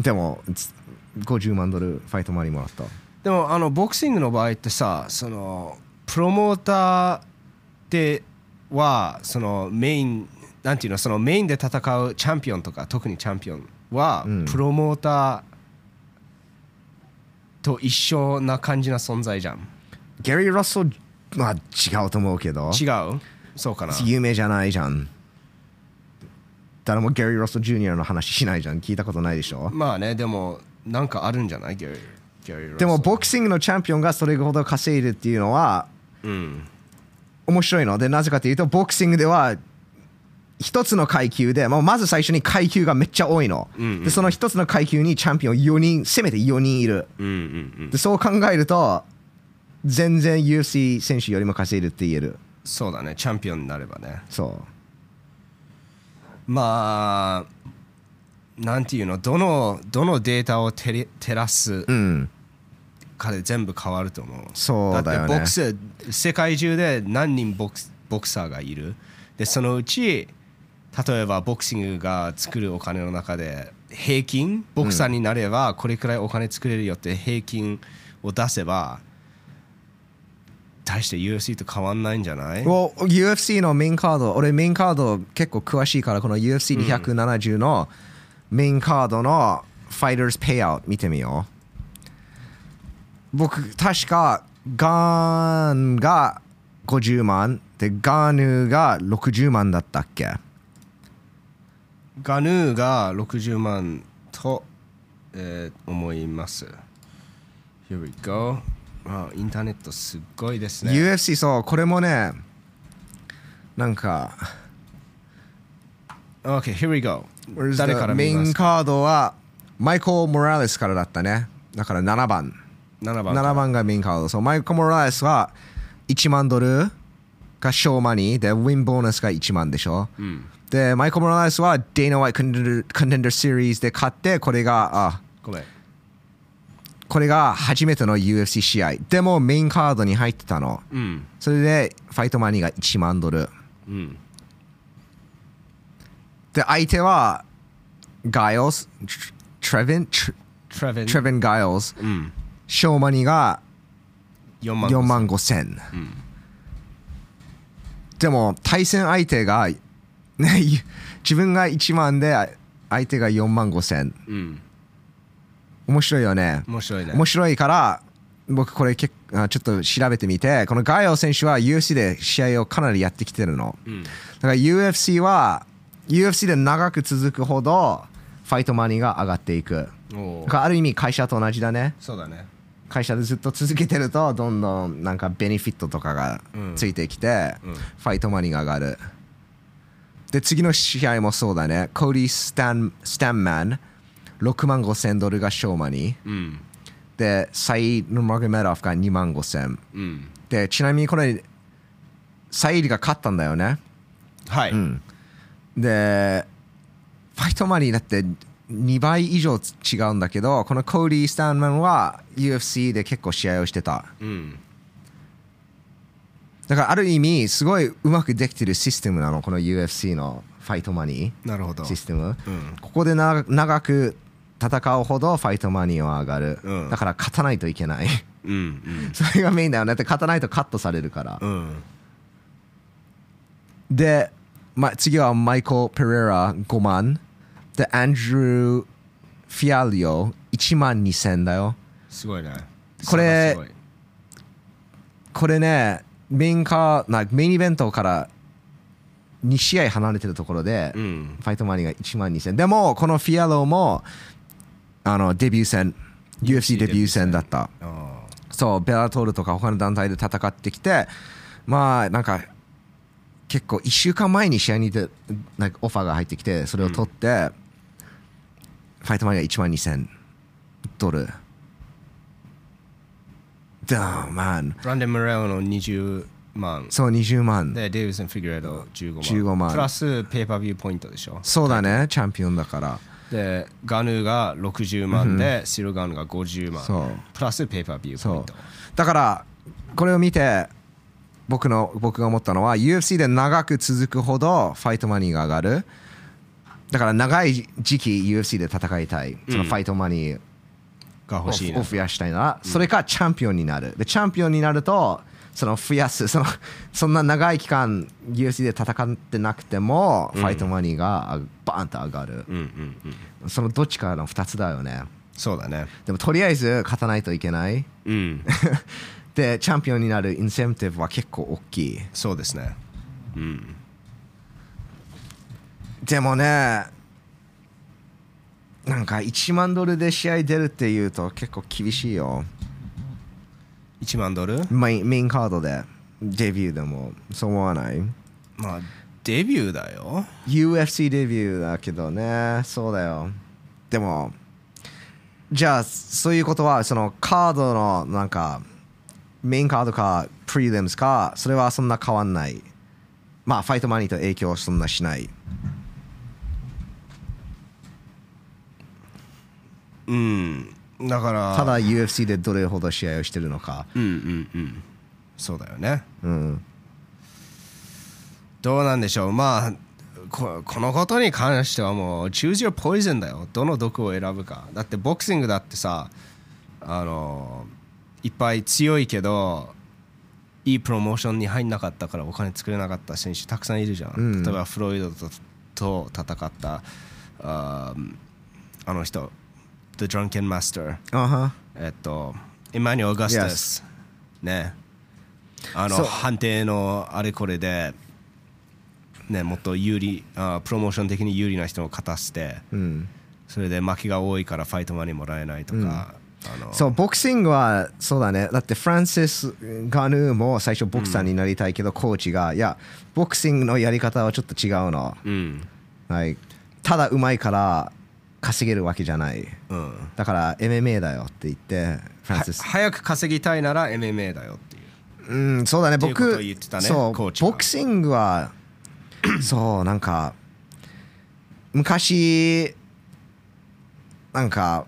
A: でも、つ50万ドルファイトマリーもらった。
B: でもあのボクシングの場合ってさそのプロモーターってはそのメインなんていうのそのメインで戦うチャンピオンとか特にチャンピオンは、
A: うん
B: プロモーターと一緒な感じな存在じゃん
A: ゲリー・ラッソルは違うと思うけど
B: 違うそうかな
A: 有名じゃないじゃん誰もゲリー・ラッソル・ジュニアの話しないじゃん聞いたことないでしょ
B: まあねでもなんかあるんじゃないギャリーギャリーラッソ
A: でもボクシングのチャンピオンがそれほど稼いでっていうのは
B: うん
A: 面白いのでなぜかというとボクシングでは一つの階級で、まあ、まず最初に階級がめっちゃ多いの、
B: うんうん
A: でその一つの階級にチャンピオン4人せめて4人いる
B: うんうんうん
A: でそう考えると全然 UFC 選手よりも稼いでって言える
B: そうだねチャンピオンになればね
A: そ
B: まあなんていうのどのどのデータを照り照らす
A: ううん
B: かで全部変わると思う
A: そうだよね
B: ってボクス世界中で何人ボクスボクサーがいるでそのうち例えばボクシングが作るお金の中で平均ボクサーになればこれくらいお金作れるよって平均を出せば大して UFC と変わんないんじゃない
A: Well, UFC のメインカード俺メインカード結構詳しいからこの UFC270 のメインカードのファイターズペイアウト見てみよう僕確かガーンが50万でガーヌーが60万だったっけ
B: ガヌーが60万と、えー思います。Here we go. あインターネットすっごいですね。
A: UFC そうこれもねなんか
B: OK, here we go.
A: Where's the-
B: 誰から
A: メ
B: 見
A: イ
B: ま
A: ン
B: すか
A: カードはマイコー・モラレスからだったねだから7番
B: ?7 番。
A: 7番がメインカード。そうマイコ・モライスは1万ドルがショーマニーで、ウィンボーナスが1万でしょ。
B: うん。
A: で、マイコ・モライスはデイナ・ワイト・コンデンダー・シリーズで勝って、これが、あ
B: ごめん。
A: これが初めての UFC 試合。でもメインカードに入ってたの。
B: うん。
A: それで、ファイトマニーが1万ドル。
B: うん。
A: で、相手は、ガイオス、トレヴィン、ト
B: トレヴィン。
A: レヴィン・ガイオス、
B: うん。
A: ショーマニーが
B: 4万。
A: 4。万5千、でも対戦相手が、ね、 ゆ自分が1万であ相手が4万5千
B: うん。
A: 面白いよね
B: 面白いね。
A: 面白いから僕これけあちょっと調べてみてこのガイオ選手は UFC で試合をかなりやってきてるの
B: うん。
A: だから UFC は UFC で長く続くほどファイトマニーが上がっていく
B: お
A: だ
B: ー
A: からある意味会社と同じだね
B: そうだね。
A: 会社でずっと続けてるとどんどんなんかベネフィットとかがついてきて、
B: うん
A: ファイトマニーが上がるで次の試合もそうだねコーディ・スタンスタンマン6万5千ドルがショーマニー
B: うん。
A: でサイド・マグメロフが2万5千
B: うん。
A: でちなみにこれサイーリが勝ったんだよね
B: はい。
A: んでファイトマニーだって2倍以上違うんだけどこのコーディ・スタンマンは UFC で結構試合をしてた
B: うん。
A: だからある意味すごいうまくできてるシステムなのこの UFC のファイトマニ
B: なるほど
A: ー。システム、
B: うん。
A: ここでな長く戦うほどファイトマニーは上がる、
B: うん
A: だから勝たないといけない
B: うん。
A: それがメインだよねだって勝たないとカットされるから、
B: うん。うん。
A: で、ま、次はマイコ・ペレラ5万でアンジュー・フィアリオ1万2000だよ
B: すごいね。
A: これ
B: すごい
A: これねメインカーなメインイベントから2試合離れてるところで、
B: うん。
A: ファイトマニーが1万2000。でも、このフィアローも、あの、デビュー戦、UFC デビュー戦だった。
B: あ
A: そう、ベラトールとか他の団体で戦ってきて、まあ、なんか、結構1週間前に試合に出なんかオファーが入ってきて、それを取って、ファイトマニーが1万2000ドル。ダーマン。
B: ーブランデン・ムレオの20万。
A: そう、20万。
B: で、デイビスン・フィギュレード15万。
A: 15万
B: プラスペーパービューポイントでしょ。
A: そうだね、チャンピオンだから。
B: で、ガヌーが60万で、シルガンが50万。
A: そう
B: プラスペーパービューポイント。
A: だからこれを見て僕の僕が思ったのは UFC で長く続くほどファイトマニーが上がるだから長い時期 UFC で戦いたいそのファイトマニー
B: が
A: を
B: 欲しい
A: を
B: な。
A: 増やしたいならそれかチャンピオンになるでチャンピオンになるとその増やすそのそんな長い期間 UFC で戦ってなくても、ファイトマニーがあバーンと上がる、
B: うんうんうん
A: そのどっちかの2つだよね
B: そうだね
A: でもとりあえず勝たないといけない
B: うん
A: でチャンピオンになるインセンティブは結構大きい
B: そうですねうん
A: でもねなんか1万ドルで試合出るっていうと結構厳しいよ
B: 1万ドル
A: メインメインカードでデビューでもそう思わない
B: まあデビューだよ
A: UFC デビューだけどねそうだよでもじゃあそういうことはそのカードのなんかメインカードかプリリムスかそれはそんな変わんないまあファイトマニーと影響そんなしない
B: うんだから
A: ただ UFC でどれほど試合をしてるのか
B: うんうんうんそうだよね
A: うん
B: どうなんでしょうまあここのことに関してはもう choose your poison だよどの毒を選ぶかだってボクシングだってさあのいっぱい強いけどいいプロモーションに入んなかったからお金作れなかった選手たくさんいるじゃん、
A: うん
B: 例えばフロイドとと戦ったあーあの人 The Drunken Master
A: あは
B: えっと、エマニュエル・ガスタス、ね、あの
A: そう
B: 判定のあれこれで、ね、もっと有利あ、プロモーション的に有利な人を勝たせて、
A: うん
B: それで負けが多いからファイトマネーもらえないとか、あの
A: そうボクシングはそうだねだってフランシス・ガヌーも最初ボクサーになりたいけど、コーチがいやボクシングのやり方はちょっと違うの、
B: うん、
A: はい、ただうまいから稼げるわけじゃない
B: うん、
A: だから MMA だよって言ってフラン
B: は
A: シス
B: 早く稼ぎたいなら MMA だよっていう。
A: うん、そうだね、
B: っていうこと
A: 僕、
B: を言ってたね
A: そう
B: コーチが
A: ボクシング は、そう、なんか、昔、なんか、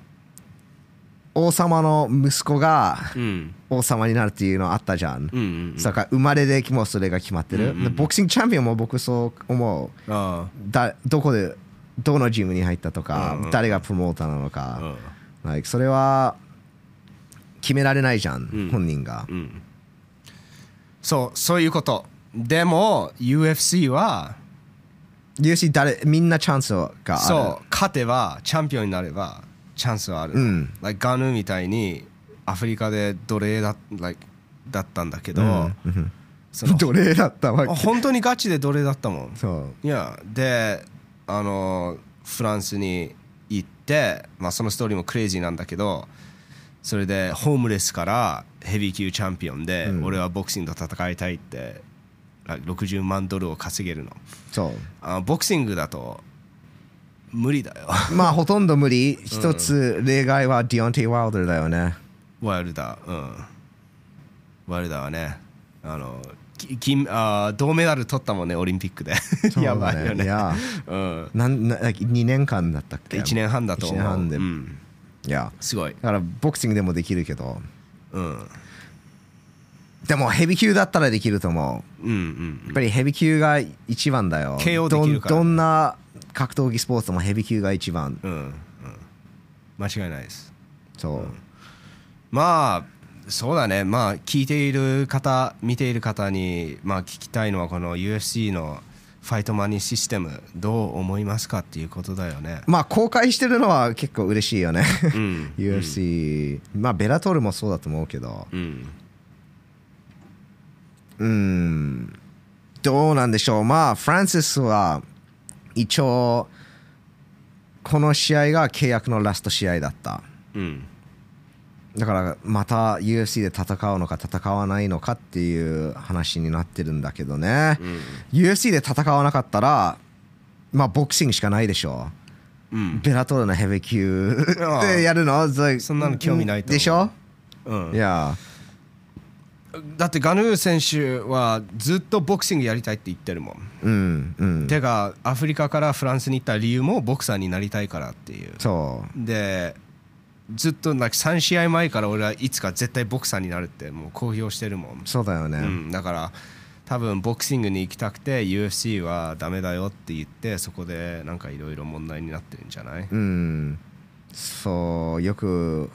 A: 王様の息子が
B: うん、
A: 王様になるっていうのあったじゃん。
B: うん、うん
A: だから生まれでもうそれが決まってる、
B: うんうんうん
A: でボクシングチャンピオンも僕そう思う
B: あ
A: だどこでどのジムに入ったとか、
B: うんうん
A: 誰がプロモーターなの
B: あ、う
A: か、
B: ん、
A: like それは決められないじゃん、
B: うん
A: 本人が、
B: うん、そう、そういうこと。でも UFC は
A: UFC 誰みんなチャンスがある
B: そう勝てばチャンピオンになればチャンスはある、
A: うん、
B: like ガヌーみたいにアフリカで奴隷だ,、like だったんだけど、
A: うん
B: そ の
A: 奴隷だったわ
B: あ
A: け
B: 本当にガチで奴隷だったもん
A: そう
B: いやであのフランスに行って、まあ、そのストーリーもクレイジーなんだけどそれでホームレスからヘビー級チャンピオンで、
A: うん
B: 俺はボクシングと戦いたいって like 60万ドルを稼げるの
A: そ
B: あボクシングだと無理だよ
A: うまあほとんど無理一つ例外はディオンティ・ワウダーだよね
B: ワイルダー、うん。ワイルダーはね、あの、き金あー銅メダル取ったもんね、オリンピックで。
A: そうだ
B: やばいよ
A: い
B: ね。
A: や
B: うん。
A: なんな2年間だったっけ
B: 1年半だと思
A: 一
B: う。
A: 年半で
B: うん。
A: いや
B: すごい。
A: だからボクシングでもできるけど
B: うん。
A: でもヘビー級だったらできると思う
B: うんう
A: や
B: ん
A: っぱりヘビー級が一番だよ
B: KO
A: ど
B: でき
A: ん
B: るからね
A: どんな格闘技スポーツでもヘビー級が一番
B: うん。うん。うん。間違いないです。
A: そう、。
B: まあ、そうだね。まあ、聞いている方、見ている方に、まあ、聞きたいのは、この UFC のファイトマニーシステム、どう思いますかっていうことだよね
A: まあ公開してるのは結構嬉しいよ ね
B: うん
A: UFC、まあベラトールもそうだと思うけど
B: うん。
A: うーんどうなんでしょうまあフランシスは一応この試合が契約のラスト試合だった
B: うん。
A: だからまた UFC で戦うのか戦わないのかっていう話になってるんだけどね、
B: ん
A: UFC で戦わなかったらまあボクシングしかないでしょ
B: うん。
A: ベラトールのヘビー級
B: ああ
A: でやるのそ
B: そんなの興味ないと思う
A: でしょ、
B: うん
A: いや
B: だってガヌー選手はずっとボクシングやりたいって言ってるもん、
A: うんうん
B: てかアフリカからフランスに行った理由もボクサーになりたいからっていう
A: そう
B: でずっとなんか3試合前から俺はいつか絶対ボクサーになるってもう公表してるもん、
A: そうだよね、
B: うん、だから多分ボクシングに行きたくて UFC はダメだよって言ってそこでなんかいろいろ問題になってるんじゃない
A: うんそうよく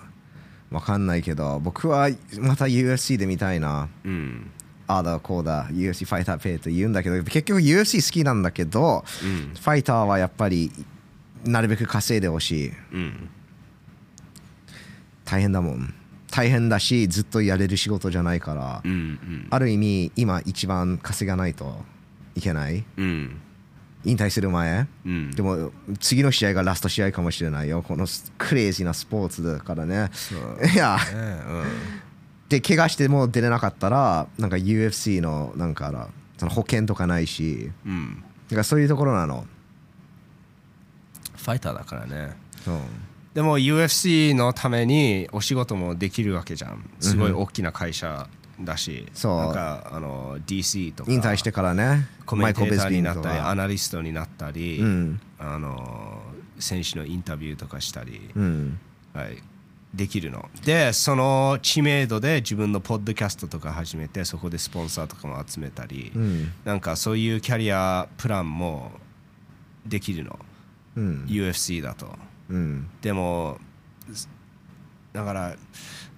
A: わかんないけど僕はまた UFC で見たいな
B: うん
A: ああだこうだ UFC ファイターペイと言うんだけど結局 UFC 好きなんだけど、ファイターはやっぱりなるべく稼いでほしい
B: うん
A: 大変だもん大変だしずっとやれる仕事じゃないから、
B: うんうん
A: ある意味今一番稼がないといけない
B: うん
A: 引退する前
B: うん
A: でも次の試合がラスト試合かもしれないよこのスクレイジーなスポーツだからね
B: そう
A: いや
B: ね
A: で怪我してもう出れなかったらなんか UFC のなんかあらその保険とかないし
B: うんうん
A: だからそういうところなの
B: ファイターだからね
A: そう
B: でも UFC のためにお仕事もできるわけじゃんすごい大きな会社だし、
A: そう
B: なんかあの DC とか
A: 引退してからね
B: コメンテーターになっ
A: マ
B: たり
A: イ
B: ア
A: コ
B: ナリストになったり、
A: ベスビンとか
B: あの選手のインタビューとかしたり、
A: うんうん
B: はい、できるのでその知名度で自分のポッドキャストとか始めてそこでスポンサーとかも集めたり、
A: うん
B: なんかそういうキャリアプランもできるの、
A: うん
B: UFC だと
A: うん
B: でもだから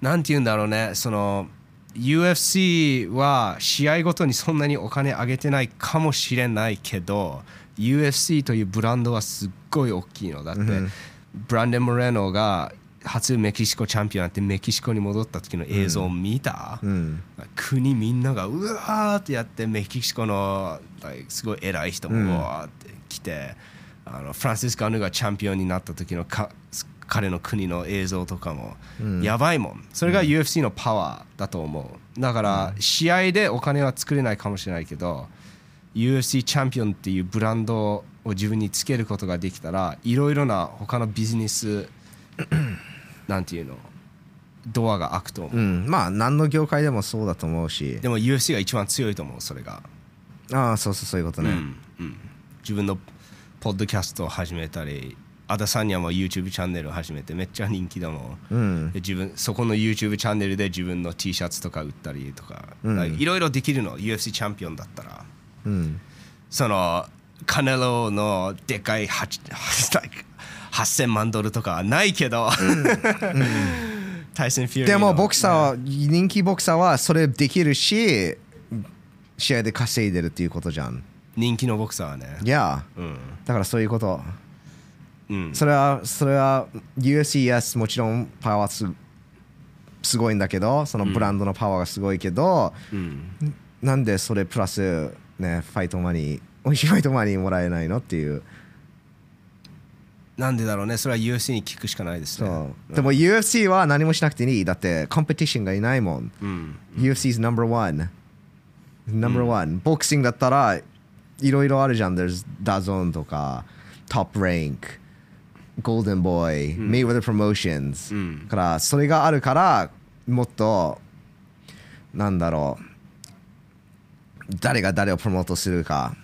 B: なんて言うんだろうねその UFC は試合ごとにそんなにお金あげてないかもしれないけど UFC というブランドはすっごい大きいのだって、ブランデン・モレノが初メキシコチャンピオンになってメキシコに戻った時の映像を見た、
A: うん
B: 国みんながうわーってやってメキシコのlike すごい偉い人もうわーって来て、あのフランシス・ガヌがチャンピオンになった時のか彼の国の映像とかもやばいもん、それが UFC のパワーだと思うだから試合でお金は作れないかもしれないけど UFC チャンピオンっていうブランドを自分につけることができたらいろいろな他のビジネスなんていうのドアが開くと思う
A: うんまあ何の業界でもそうだと思うし
B: でも UFC が一番強いと思うそれが、
A: ああそうそうそういうことね、
B: うん自分のポッドキャストを始めたりアダサニアも YouTube チャンネルを始めてめっちゃ人気だもん、
A: ん
B: で自分そこの YouTube チャンネルで自分の T シャツとか売ったりとか
A: うん
B: いろいろできるの UFC チャンピオンだったら
A: うん
B: そのカネロのでかいはち8000万ドルとかはないけど、対戦フィーリー
A: で
B: の
A: もボクサーは人気ボクサーはそれできるし試合で稼いでるっていうことじゃん
B: 人気のボクサーはね
A: いや
B: うん
A: だからそういうこと
B: うん
A: それはそれは USES もちろんパワーすすごいんだけどそのブランドのパワーがすごいけど、
B: うん
A: なんでそれプラスねファイトマニー美味しいファイトマニーもらえないのっていう
B: なんでだろうねそれは UFC に聞くしかないです
A: そ
B: ね
A: う、でも UFC は何もしなくていいだってコンペティションがいないもん
B: うん
A: UFC's number one number one、ボクシングだったらいろいろあるじゃん there's ダゾーンとか top rank golden boy、mayweather promotions、
B: うん
A: からそれがあるからもっとなんだろう誰が誰をプロモートするか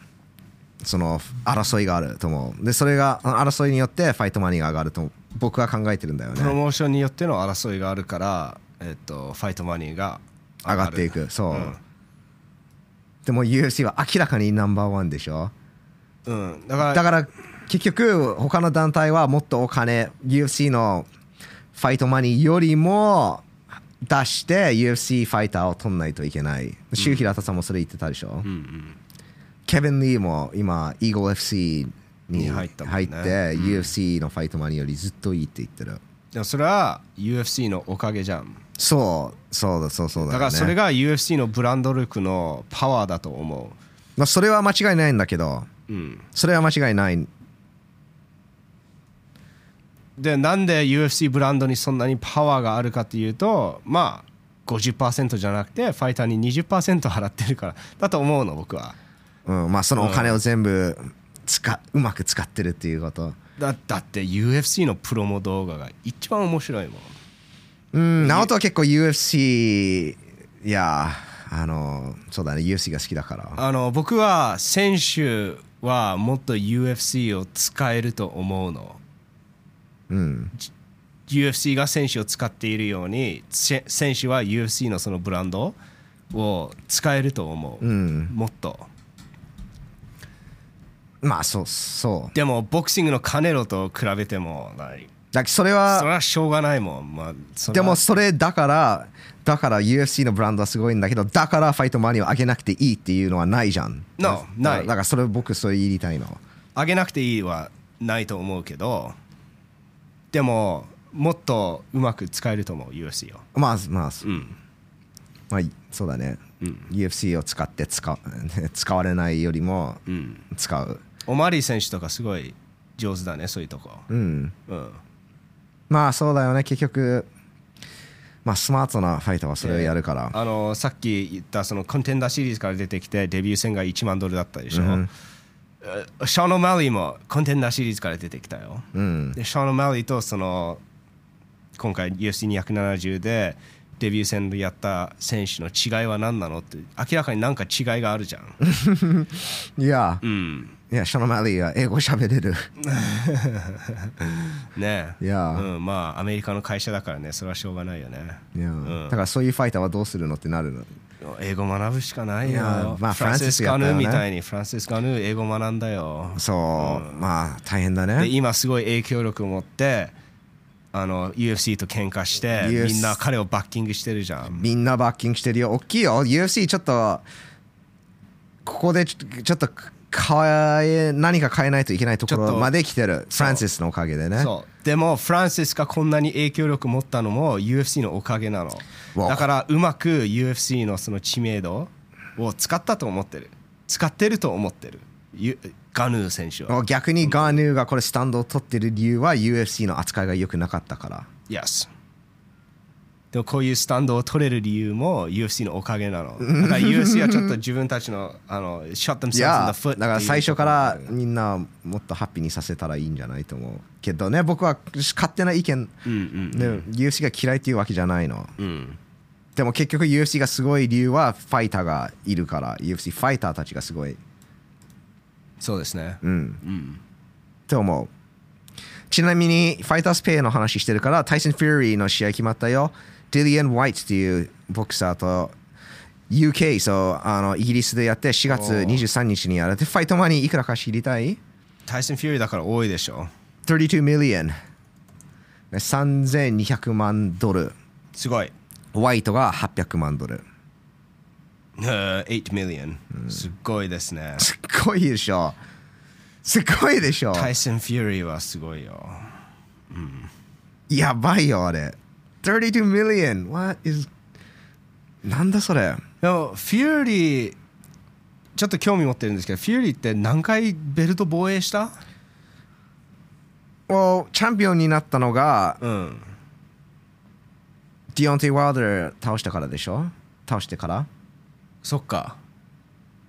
A: その争いがあると思うでそれがあの争いによってファイトマニーが上がると僕は考えてるんだよ
B: プロ
A: ね
B: モーションによっての争いがあるから、えっと、ファイトマニーが
A: 上がっていくそう、でも UFC は明らかにナンバーワンでしょ
B: うん、うん、だから
A: だから結局他の団体はもっとお金 UFC のファイトマニーよりも出して UFC ファイターを取んないといけない周平田さんもそれ言ってたでしょ、
B: うんうん
A: ケビン・リーも今イーゴ FC に
B: に
A: 入
B: 入
A: っ
B: ってたもんね
A: UFC のファイトマニーよりずっといいって言ってる
B: でもそれは UFC のおかげじゃん
A: そうそうだそうそうだ,、
B: だ
A: ね、
B: からそれが UFC のブランド力のパワーだと思
A: まあ、それは間違いないんだけど
B: う、うん、
A: それは間違いない
B: でなんで UFC ブランドにそんなにパワーがあるかっていうとまあ50%じゃなくてファイターに20%払ってるからだと思うの僕は
A: うん、まあそのお金を全部使うまく使ってるっていうこと。
B: だだって UFC のプロモ動画が一番面白いもん
A: うん、直人は結構 UFC いやあのそうだね UFC が好きだから。
B: あの僕は選手はもっと UFC を使えると思うの
A: うん、
B: UFC が選手を使っているようにせ選手は UFC のそのブランドを使えると思う、
A: うん、
B: もっと
A: まあそうそ
B: でもボクシングのカネロと比べても like
A: だそれ
B: そ
A: は
B: れはしょうがないもん。まあ、それ
A: で
B: は
A: もそれだからだから UFC のブランドはすごいんだけどだからファイトマニーを上げなくていいっていうのはないじゃん
B: No
A: だ
B: な
A: だ
B: い
A: からそれ僕それ言いたいの
B: 上げなくていいはないと思うけど、でも、もっとうまく使えると思う、UFC を。
A: まあまあ、
B: ん
A: まあそうだね、UFC を使って使う 使われないよりも
B: うん。
A: 使う
B: オマリー選手とかすごい上手だね、そういうとこ。
A: うん
B: うん。
A: まあそうだよね結局まあスマートなファイターはそれをやるから、
B: あのさっき言ったそのコンテンダーシリーズから出てきてデビュー戦が1万ドルだったでしょ、えシャーノ・マリーもコンテンダーシリーズから出てきたよ、
A: うん
B: でシャーノ・マリーとその今回 UFC270 でデビュー戦でやった選手の違いは何なのって明らかになんか違いがあるじゃん、
A: いや、
B: うん、
A: いやシャノマリーは英語喋れる
B: ねえ
A: いや
B: うん、まあアメリカの会社だからねそれはしょうがないよね
A: いや、
B: うん
A: だからそういうファイターはどうするのってなるの
B: 英語学ぶしかないよ
A: いやまあ
B: フランシス・
A: フラ
B: ガ
A: ンシスやっ
B: ヌー
A: たよね
B: みたいにフランシス・ガヌー英語学んだよ
A: そう、まあ大変だ
B: で
A: ね
B: 今すごい影響力を持ってあの UFC と喧嘩して
A: UFC
B: みんな彼をバッキングしてるじゃん
A: みんなバッキングしてるよ大きいよ UFC ちょっとここでちょっとちょっと変え何か変えないといけないとこ
B: ちょっ
A: ろ
B: と
A: まで来てるフランシスのおかげでね
B: そうでもフランシスがこんなに影響力持ったのも UFC のおかげなの
A: わ
B: だからうまく UFC のその知名度を使ったと思ってる使ってると思ってるゆガヌー選手は
A: 逆にガーヌーがこれスタンドを取ってる理由は UFC の扱いが良くなかったから
B: Yes でもこういうスタンドを取れる理由も UFC のおかげなのだから UFC はちょっと自分たちのあの shot themselves in
A: い
B: the
A: や
B: foot
A: だから最初からみんなもっとハッピーにさせたらいいんじゃないと思うけどね僕は勝手な意見
B: うんうん
A: で UFC が嫌いっていうわけじゃないの
B: うん
A: でも結局 UFC がすごい理由はファイターがいるから UFC ファイターたちがすごい
B: そうですね
A: うん
B: うん
A: って思うちなみにファイタースペイの話してるからタイソン・フューリーの試合決まったよディリアン・ワイツっていうボクサーと UK そうあのイギリスでやって4月23日にやられてファイトマニーいくらか知りたい
B: タイソン・フューリーだから多いでしょ
A: ?32 ミリオン3200万ドル
B: すごい
A: ワイトが800万ドル
B: えー8 million、すっごいですね
A: すっごいでしょすっごいでしょ
B: タイソン・フューリーはすごいよ
A: やばいよあれ32 million what is なんだそれ
B: でもフューリーちょっと興味持ってるんですけどフューリーって何回ベルト防衛した
A: をチャンピオンになったのが
B: うん
A: ディオンティ・ワールダー倒したからでしょ倒してから
B: そっか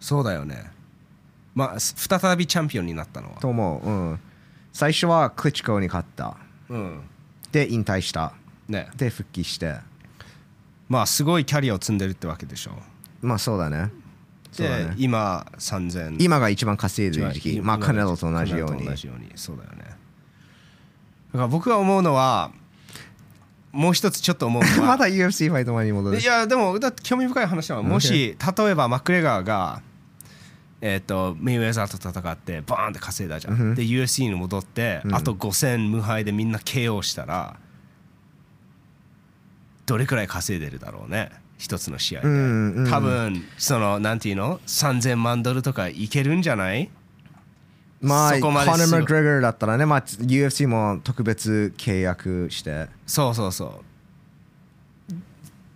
B: そうだよねまあす再びチャンピオンになったのは
A: と思ううん最初はクリチコに勝った
B: うん
A: で引退した
B: ね
A: で復帰して
B: まあすごいキャリアを積んでるってわけでしょ
A: まあそうだねそうだ
B: で
A: ね
B: 今3000
A: 今が一番稼いでる時期まあカネロと同じよう
B: カネ
A: に
B: ロと同じようにそうだよねだから僕が思うのはもう一つちょっと思うのは
A: まだ UFC ファイトマンに戻る
B: いやでもだって興味深い話はもし例えばマクレガーがえっ、とメイウェザーと戦ってバーンって稼いだじゃん、で USC に戻って、あと5戦無敗でみんな KO したらどれくらい稼いでるだろうね一つの試合で、
A: うんうん
B: 多分そのなんていうの3000万ドルとかいけるんじゃない
A: まあ
B: そ
A: コ
B: こまで
A: ナ
B: す
A: ー・
B: ごい
A: マクレガーだったらねまあ UFC も特別契約して
B: そうそうそう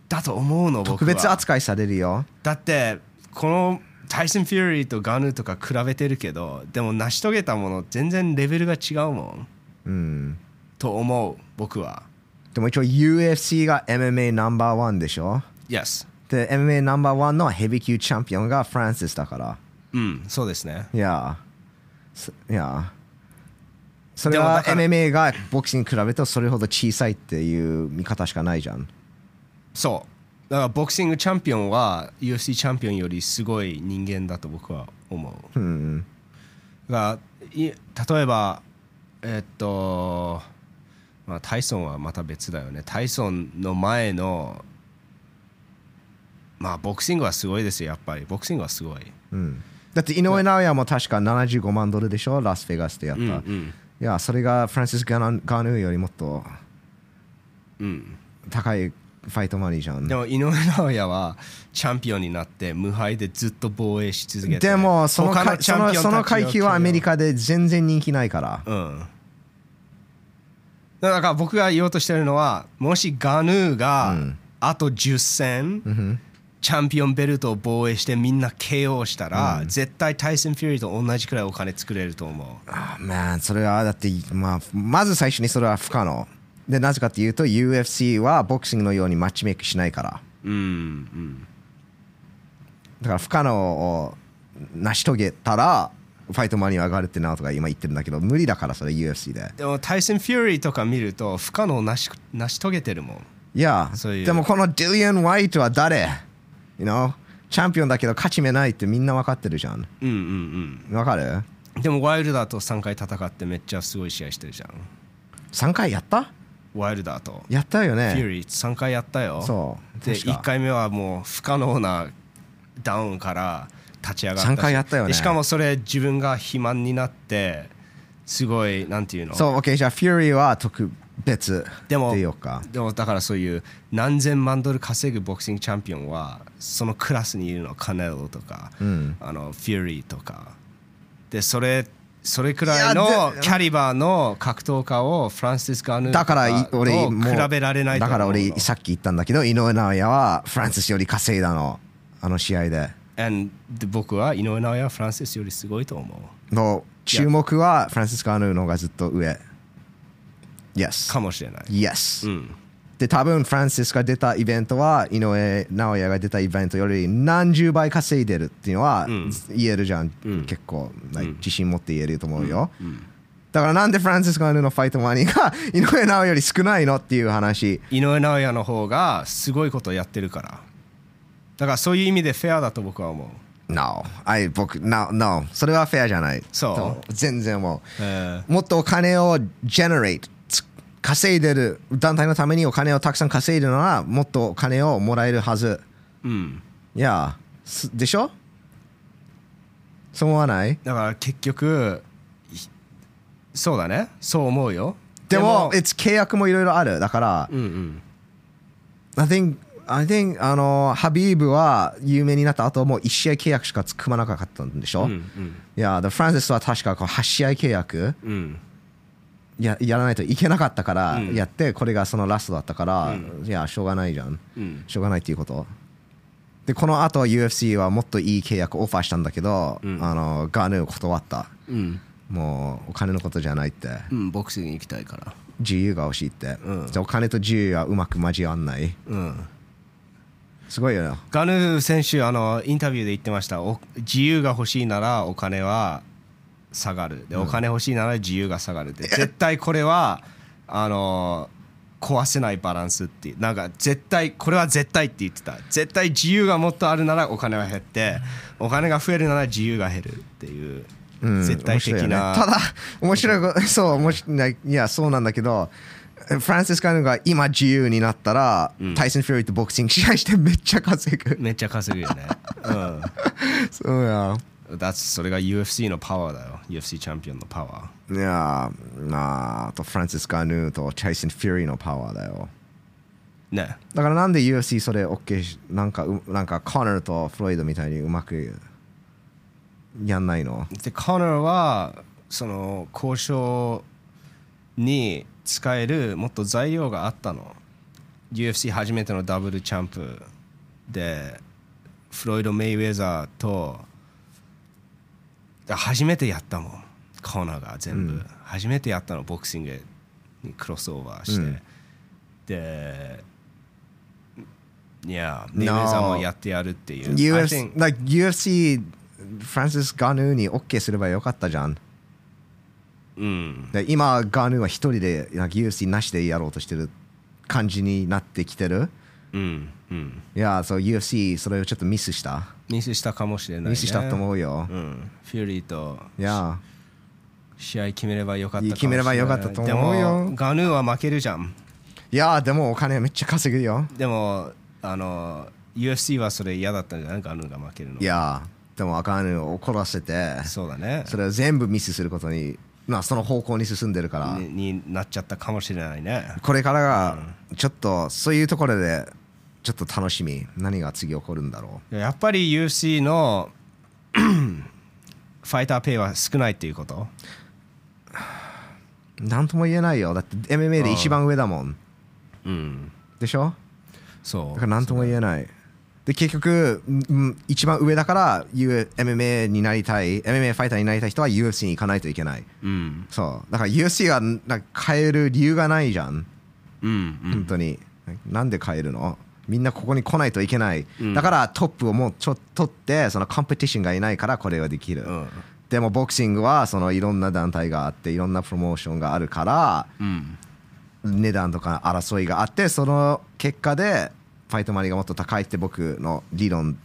B: だと思うの僕は
A: 特別扱いされるよ
B: だってこのタイソン・フューリーとガヌーとか比べてるけどでも成し遂げたもの全然レベルが違うもん
A: うん
B: と思う僕は
A: でも一応 UFC が MMA ナンバーワンでしょ
B: Yes
A: で MMA ナンバーワンのヘビー級チャンピオンがフランシスだから
B: うんそうですね
A: いやそいやそれ
B: でも
A: は
B: だから
A: MMA がボクシングに比べるとそれほど小さいっていう見方しかないじゃん
B: そうだからボクシングチャンピオンは UFC チャンピオンよりすごい人間だと僕は思う
A: うん
B: がい例えばえっと、まあ、タイソンはまた別だよねタイソンの前のまあボクシングはすごいですよやっぱりボクシングはすごい、
A: うんだって井上尚弥も確か75万ドルでしょラスベガスでやった、
B: うんうん
A: いやそれがフランシス・ガナガヌーよりもっと
B: うん、
A: 高いファイトマネーじゃん
B: でも井上尚弥はチャンピオンになって無敗でずっと防衛し続けて
A: でもその
B: 他
A: か
B: チ
A: そ
B: ャン
A: の
B: ピオンたち
A: その階級はアメリカで全然人気ないから
B: うん。だから僕が言おうとしてるのは、もしガヌーがあと10戦、チャンピオンベルトを防衛してみんな KO したら、絶対タイソン・フューリーと同じくらいお金作れると思う。
A: あまあそれはだって、まあ、まず最初にそれは不可能でなぜかっていうと UFC はボクシングのようにマッチメイクしないから
B: うん、うん。
A: だから不可能を成し遂げたらファイトマニア上がるってなとか今言ってるんだけど無理だからそれ UFC で
B: でもタイソン・フューリーとか見ると、不可能を成し成し遂げてるもん。
A: いや
B: そういう
A: でもこのディリアン・ワイトは誰 you know? チャンピオンだけど勝ち目ないってみんな分かってるじゃん
B: うんうん
A: 分かる
B: うん。でもワイルダーと3回戦ってめっちゃすごい試合してるじゃん。
A: 3回やった
B: ワイルダーと。
A: やったよ
B: フュー
A: ね
B: リー3回やったよ。
A: そう
B: で
A: 確か
B: 1回目はもう不可能なダウンから立ち上がったし
A: 三回やったよね
B: でしかもそれ自分が肥満になってすごいなんていうの
A: そう OK じゃあフューリーは特別
B: でも
A: っていうか
B: でもだからそういう何千万ドル稼ぐボクシングチャンピオンはそのクラスにいるのカネロとか、
A: ん
B: あのフューリーとかでそれそれくらいの
A: いやで
B: キャリバーの格闘家をフランシス・ガヌー
A: だからい
B: と
A: 俺
B: 比
A: もう
B: べられない
A: だ
B: と思
A: か
B: う
A: ら
B: の
A: 俺さっき言ったんだけど井上尚弥はフランシスより稼いだのあの試合で
B: And で僕は井上尚弥はフランシスよりすごいと思う
A: の注目はフランシス・ガーヌーの方がずっと上 Yes
B: かもしれない、
A: Yes、
B: うん、
A: で多分フランシスが出たイベントは井上尚弥が出たイベントより何十倍稼いでるっていうのは
B: ん
A: 言えるじゃん、
B: うん
A: 結構、
B: うん
A: 自信持って言えると思うよ、
B: うん
A: だからなんでフランシス・ガーヌーのファイトマニーが 井上尚弥より少ないのっていう話
B: 井上尚弥の方がすごいことをやってるからだからそういう意味でフェアだと僕は思う
A: No あい僕 No No それはフェアじゃない
B: そう
A: と全然もう
B: え
A: もっとお金を generate つ稼いでる団体のためにお金をたくさん稼いでるのはもっとお金をもらえるはず
B: ーうん
A: いやすでしょそう思わない
B: だから結局いそうだねそう思うよ
A: でも it's 契約もいろいろあるだから、
B: うんうん
A: I think I think あのハビーブは有名になった後もう1試合契約しか組まなかったんでしょ、
B: うんう
A: い
B: ん
A: やフランシスは確かこう8試合契約
B: うん
A: ややらないといけなかったからやって、これがそのラストだったから、いやしょうがないじゃん
B: うん
A: しょうがないっていうことでこの後 UFC はもっといい契約オファーしたんだけど、あのガーヌー断った
B: うん
A: もうお金のことじゃないって
B: うんボクシング行きたいから
A: 自由が欲しいって、
B: うん
A: じゃあお金と自由はうまく交わんない
B: うん
A: すごいよな
B: ガヌー選手あのインタビューで言ってましたお自由が欲しいならお金は下がるでお金欲しいなら自由が下がるで、絶対これはあの壊せないバランスっていうなんか絶対これは絶対って言ってた絶対自由がもっとあるならお金は減ってお金が増えるなら自由が減るっていう、
A: うん
B: 絶対的な、
A: 面白いよねただ面白い ことそう面白いいやそうなんだけどフランシス・ガーヌーが今自由になったら、タイソン・フューリーとボクシング試合してめっちゃ稼 ぐ
B: めっちゃ稼ぐよね、
A: そうや
B: うん、 だってそれが UFC のパワーだよ UFC チャンピオンのパワー
A: いやまああとフランシス・ガーヌーとタイソン・フューリーのパワーだよ
B: ね
A: だからなんで UFC それ OK しなんかうなんかコナーとフロイドみたいにうまくやんないの
B: でコナーはその交渉に使えるもっと材料があったの UFC 初めてのダブルチャンプでフロイド・メイウェザーとだ初めてやったもんコナーが全部、初めてやったのボクシングにクロスオーバーして、
A: うん
B: でいやメイウェザーもやってやるっていう I think-
A: UFC, like, UFC フランシス・ガーヌーに OK すればよかったじゃん
B: うん
A: で今ガーヌーは一人でなんか UFC なしでやろうとしてる感じになってきてる
B: うんうん
A: いやそう UFC それをちょっとミスした
B: ミスしたかもしれない、ね、
A: ミスしたと思うよ、
B: うん、フューリーと
A: いや
B: 試合決めればよかったかもし
A: 決めればよかったと思うよ
B: でもガヌーは負けるじゃん
A: いやでもお金めっちゃ稼ぐよ
B: でもあの UFC はそれ嫌だったんじゃないガヌーが負けるの
A: いやでもガーヌーを怒らせて
B: そうだね
A: それを全部ミスすることにまあその方向に進んでるから、
B: にになっちゃったかもしれないね
A: これからがちょっとそういうところでちょっと楽しみ何が次起こるんだろ
B: やっぱり UFC の ファイターペイは少ないっていうこと
A: うなんとも言えないよだって MMA で一番上だもん
B: うん
A: でしょ
B: そ
A: だ
B: う
A: から何とも言えないで結局、うん一番上だから U- MMA になりたい MMA ファイターになりたい人は UFC に行かないといけない
B: うん
A: そうだから UFC がなんか変える理由がないじゃん
B: うん
A: 本当に、なんで変えるのみんなここに来ないといけない、
B: うん
A: だからトップをもうちょ取ってそのコンペティションがいないからこれができる、
B: うん
A: でもボクシングはそのいろんな団体があっていろんなプロモーションがあるから
B: うん
A: 値段とか争いがあってその結果でファイトマリーがもっと高いって僕の理論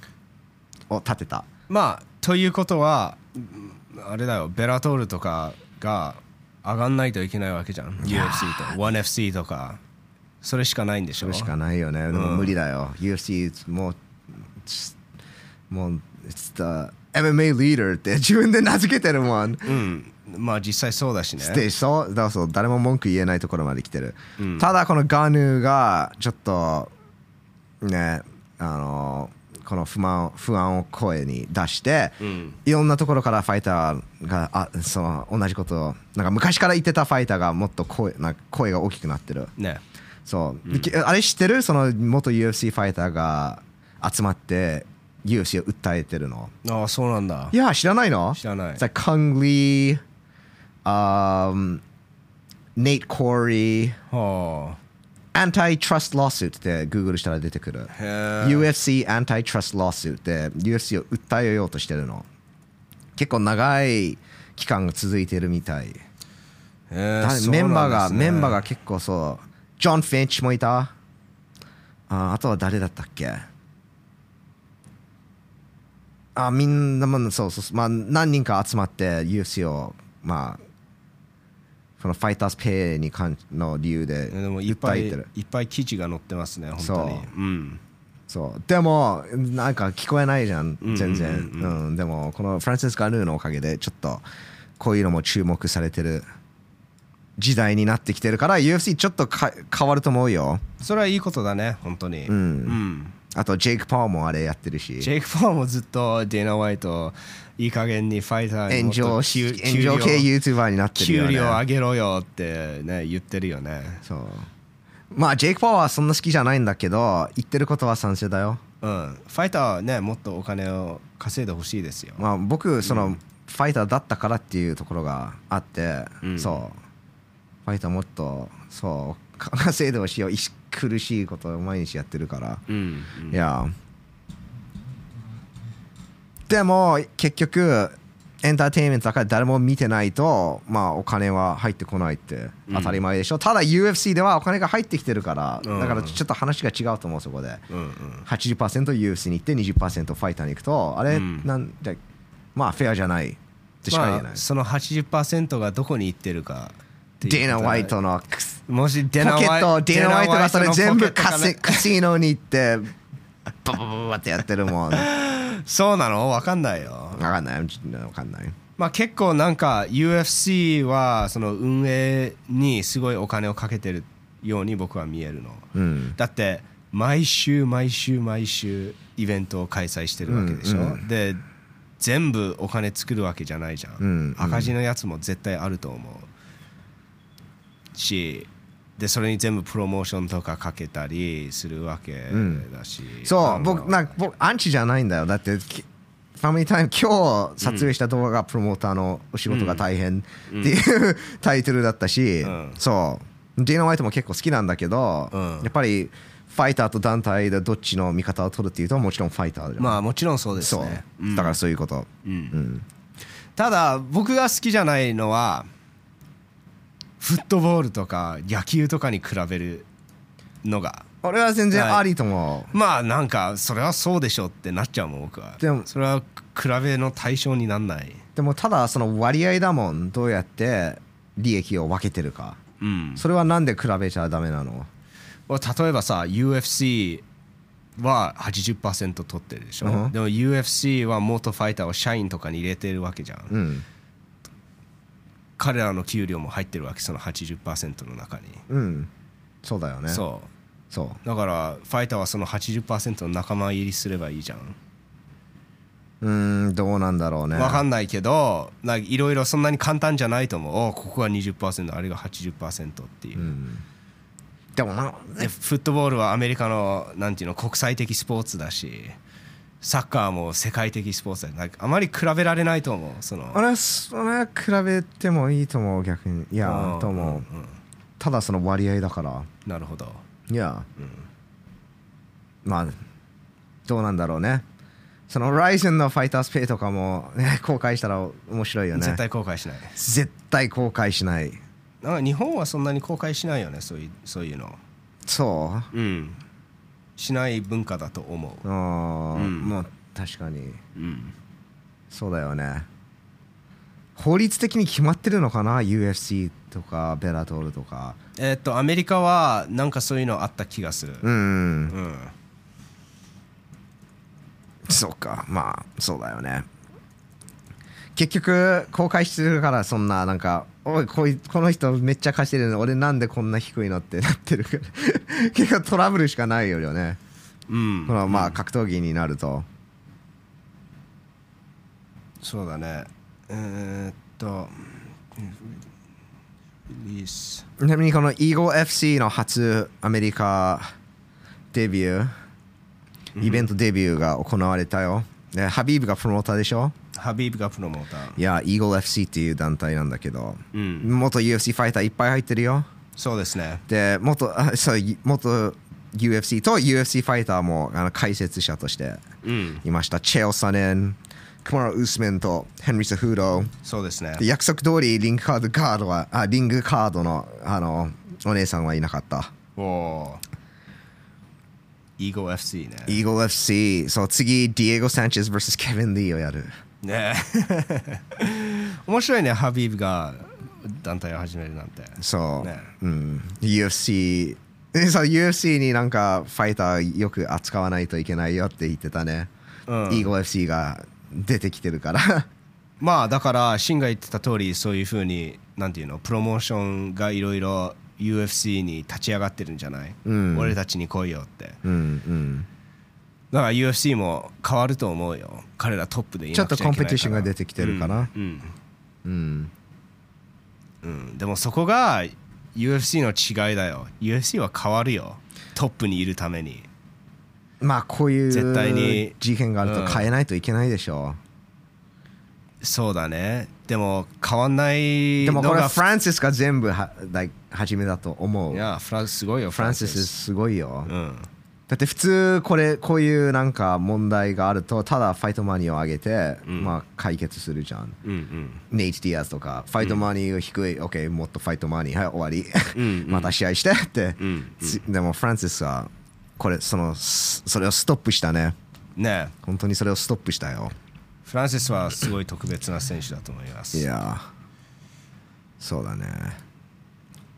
A: を立てた
B: まあということはうんあれだよベラトールとかが上がんないといけないわけじゃん UFC と ONEFC とかそれしかないんでし
A: そ
B: ょ
A: れしかないよね、でも無理だよ UFC もうもう It's the MMA leader って自分で名付けてるもん
B: うんまあ実際そうだしね
A: でそうだからそう誰も文句言えないところまで来てる、
B: うん
A: ただこのガヌーがちょっとねあのこの不満を不安を声に出して、
B: うん
A: いろんなところからファイターがあその同じことをなんか昔から言ってたファイターがもっと声なんか声が大きくなってる
B: ね
A: そう、きあれ知ってるその元 UFC ファイターが集まって UFC を訴えてるの
B: ああそうなんだ
A: いや知らないの
B: 知らない
A: It's like Kung Lee, um, Nate Corey,
B: は
A: antitrust lawsuit って Google したら出てくる。
B: あへえ
A: UFC antitrust lawsuit って UFC を訴えようとしてるの。結構長い期間が続いてるみたい。
B: へえ
A: だ
B: そう
A: メ
B: なんですね
A: ンバーが、メンバーが結構そう。ジョン・フィンチもいた。ああとは誰だったっけあみんなもそうそうそうまあ何人か集まって UFC をまあそのファイターズペイに関の理由で
B: でもいっぱ
A: 訴
B: い
A: え
B: い
A: てる
B: っぱい記事が載ってますね本当に
A: そう
B: うん
A: そうでもなんか聞こえないじゃん
B: んうん
A: 全然うんでもこのフランシス・ガヌーのおかげでちょっとこういうのも注目されてる時代になってきてるから UFC ちょっとか変わると思うよ
B: それはいいことだね本当にうんん
A: あとジェイク・パワーもあれやってるし
B: ジェイク・フォーもずっとディナ・ホワイトいい加減にファイターにも
A: 炎
B: っと
A: 上し
B: 給
A: 炎上系 YouTuber になってる
B: 給
A: よ
B: 料
A: ね
B: 給料上げろよってね言ってるよね
A: そうまあジェイク・パワーはそんな好きじゃないんだけど言ってることは賛成だよ
B: うんファイターはねもっとお金を稼いでほしいですよ
A: まあ僕その、ファイターだったからっていうところがあって、
B: うん
A: そうファイターもっとそう稼いでほしいよいし苦しいことを毎日やってるから、
B: うん
A: いやでも結局エンターテインメントだから誰も見てないとまあお金は入ってこないって
B: うん
A: 当たり前でしょ、ただ UFC ではお金が入ってきてるから、
B: うん
A: だからちょっと話が違うと思うそこで
B: うんうん、
A: 80%UFC に行って20%ファイターに行くとあれ、
B: うん
A: なんじゃまあフェアじゃないってしか言えない
B: まあ、、その80%がどこに行ってるかっていう
A: ディナ・ホ
B: ことだ
A: ワ
B: ね
A: イトのくす
B: もし
A: ポケ
B: デナ・ホワ
A: ッ
B: イト
A: トディナ・ホワイトがそれ全部カ
B: 稼
A: セカシノに行ってバババババってやってるもんわ
B: そうなのわかんないよ
A: かんないわかんない
B: まあ、結構なんか UFC はその運営にすごいお金をかけてるように僕は見えるの、
A: うん
B: だって毎週毎週毎週イベントを開催してるわけでしょ、
A: うんう
B: で全部お金作るわけじゃないじゃん、
A: うんうん
B: 赤字のやつも絶対あると思うしでそれに全部プロモーションとかかけたりするわけだし、
A: そう
B: あ
A: 僕
B: の
A: なんか僕アンチじゃないんだよだってきファミリータイム 今日撮影した動画がプロモーターのお仕事が大変っていう、 タイトルだったし、
B: ん
A: そうディーナ・ホワイトも結構好きなんだけど、
B: うん
A: やっぱりファイターと団体でどっちの味方を取るっていうともちろんファイターじゃん、
B: まあもちろんそうです
A: そう
B: ね
A: だからそういうこと、
B: ただ僕が好きじゃないのはフットボールとか野球とかに比べるのが
A: 俺は全然
B: はい
A: ありと思
B: まあなんかそれはそうでしょってなっちゃうもん僕は
A: でも
B: それは比べの対象になんないう
A: でもただその割合だもんどうやって利益を分けてるか
B: うん
A: それはなんで比べちゃダメなの
B: 例えばさ UFC は80%取ってるでしょ、
A: うん
B: でも UFC は元ファイターを社員とかに入れてるわけじゃん、
A: うん
B: 彼らの給料も入ってるわけその80%の中に、
A: うんそうだよねそう
B: そうだからファイターはその80%の仲間入りすればいいじゃん
A: うーんどうなんだろうね
B: わかんないけどなんかいろいろそんなに簡単じゃないと思うおここが20%あれが80%っていう、
A: でもな
B: でフットボールはアメリカのなんていうの国際的スポーツだしサッカーも世界的スポーツだなんかあまり比べられないと思うその
A: あれそれ比べてもいいと思う逆にいや
B: ん
A: と思う、
B: んん
A: ただその割合だから
B: なるほど
A: いや、まあどうなんだろうねその Ryzen のファイタースペイとかも、ね、公開したら面白いよね
B: 絶対後悔しない
A: 絶対公開しない
B: なんか日本はそんなに公開しないよねそういうそういうの
A: そう
B: うんしない文化だと思
A: あー、
B: うん
A: もう確かに
B: ううん
A: そうだよね法律的に決まってるのかな UFC とかベラトールとか
B: えーっとアメリカはなんかそういうのあった気がする
A: うん
B: うん
A: そうかまあそうだよね結局公開してるからそんななんか「おいこいこの人めっちゃ貸してるのに俺なんでこんな低いの?」ってなってるから結構トラブルしかないよね
B: うん
A: このまあ格闘技になると
B: そうだねえーっとリリース
A: ちなみにこの EGOFC の初アメリカデビューイベントデビューが行われたよでハビーブがプロモーターでしょ
B: ハビーブがプロモーター
A: いや EGOFC っていう団体なんだけど
B: うん
A: 元 UFC ファイターいっぱい入ってるよ
B: そうですね
A: で元あそうい元 UFC と UFC ファイターもあの解説者として
B: うん
A: いましたチェオ・サネンクマラ・ウスメンとヘンリー・サフード
B: そうですね
A: で約束通りリングカードガードはあリングカードのあのお姉さんはいなかった
B: おおイーゴ FC ね
A: イーゴ FC そう次ディエゴ・サンチェス vs ケビン・リーをやる
B: ね え面白いねハビーブが団体を始めるなんて
A: そう、
B: ね
A: うん UFC えそう UFC になんかファイターよく扱わないといけないよって言ってたね、
B: うん
A: イーゴ FC が出てきてる から
B: まあだからシンが言ってた通りそういうふうになんていうのプロモーションがいろいろ UFC に立ち上がってるんじゃない、
A: うん
B: 俺たちに来いよって
A: うんうん
B: だから UFC も変わると思うよ彼らトップでいなく
A: ちょっとコンペティションが出
B: て
A: てきてるかな。
B: うん、
A: うん。
B: うんうんでもそこが UFC の違いだよ UFC は変わるよトップにいるために
A: まあこうい
B: 絶対に
A: う事件がある
B: うん
A: と変えないといけないでしょ
B: そうだねでも変わんな
A: う。
B: い
A: でも
B: の
A: これ
B: が
A: はフランシスが全部は、like 初めだと思う。
B: い
A: フ
B: やフランスすごいよフ
A: ランシスすごいよ。
B: うん
A: だって普通これこういうなんか問題があるとただファイトマニーを上げて
B: ん
A: まあ解決するじゃん。
B: うんうん
A: ネイチディアスとかファイトマニーを低い、OK もっとファイトマニーはい終わり、
B: うんうん
A: また試合してって、
B: うん
A: つでもフランシスはこれそのすそれをストップしたね。
B: ねえ
A: 本当にそれをストップしたよ
B: フランセスはすごい特別な選手だと思います。
A: いやーそうだね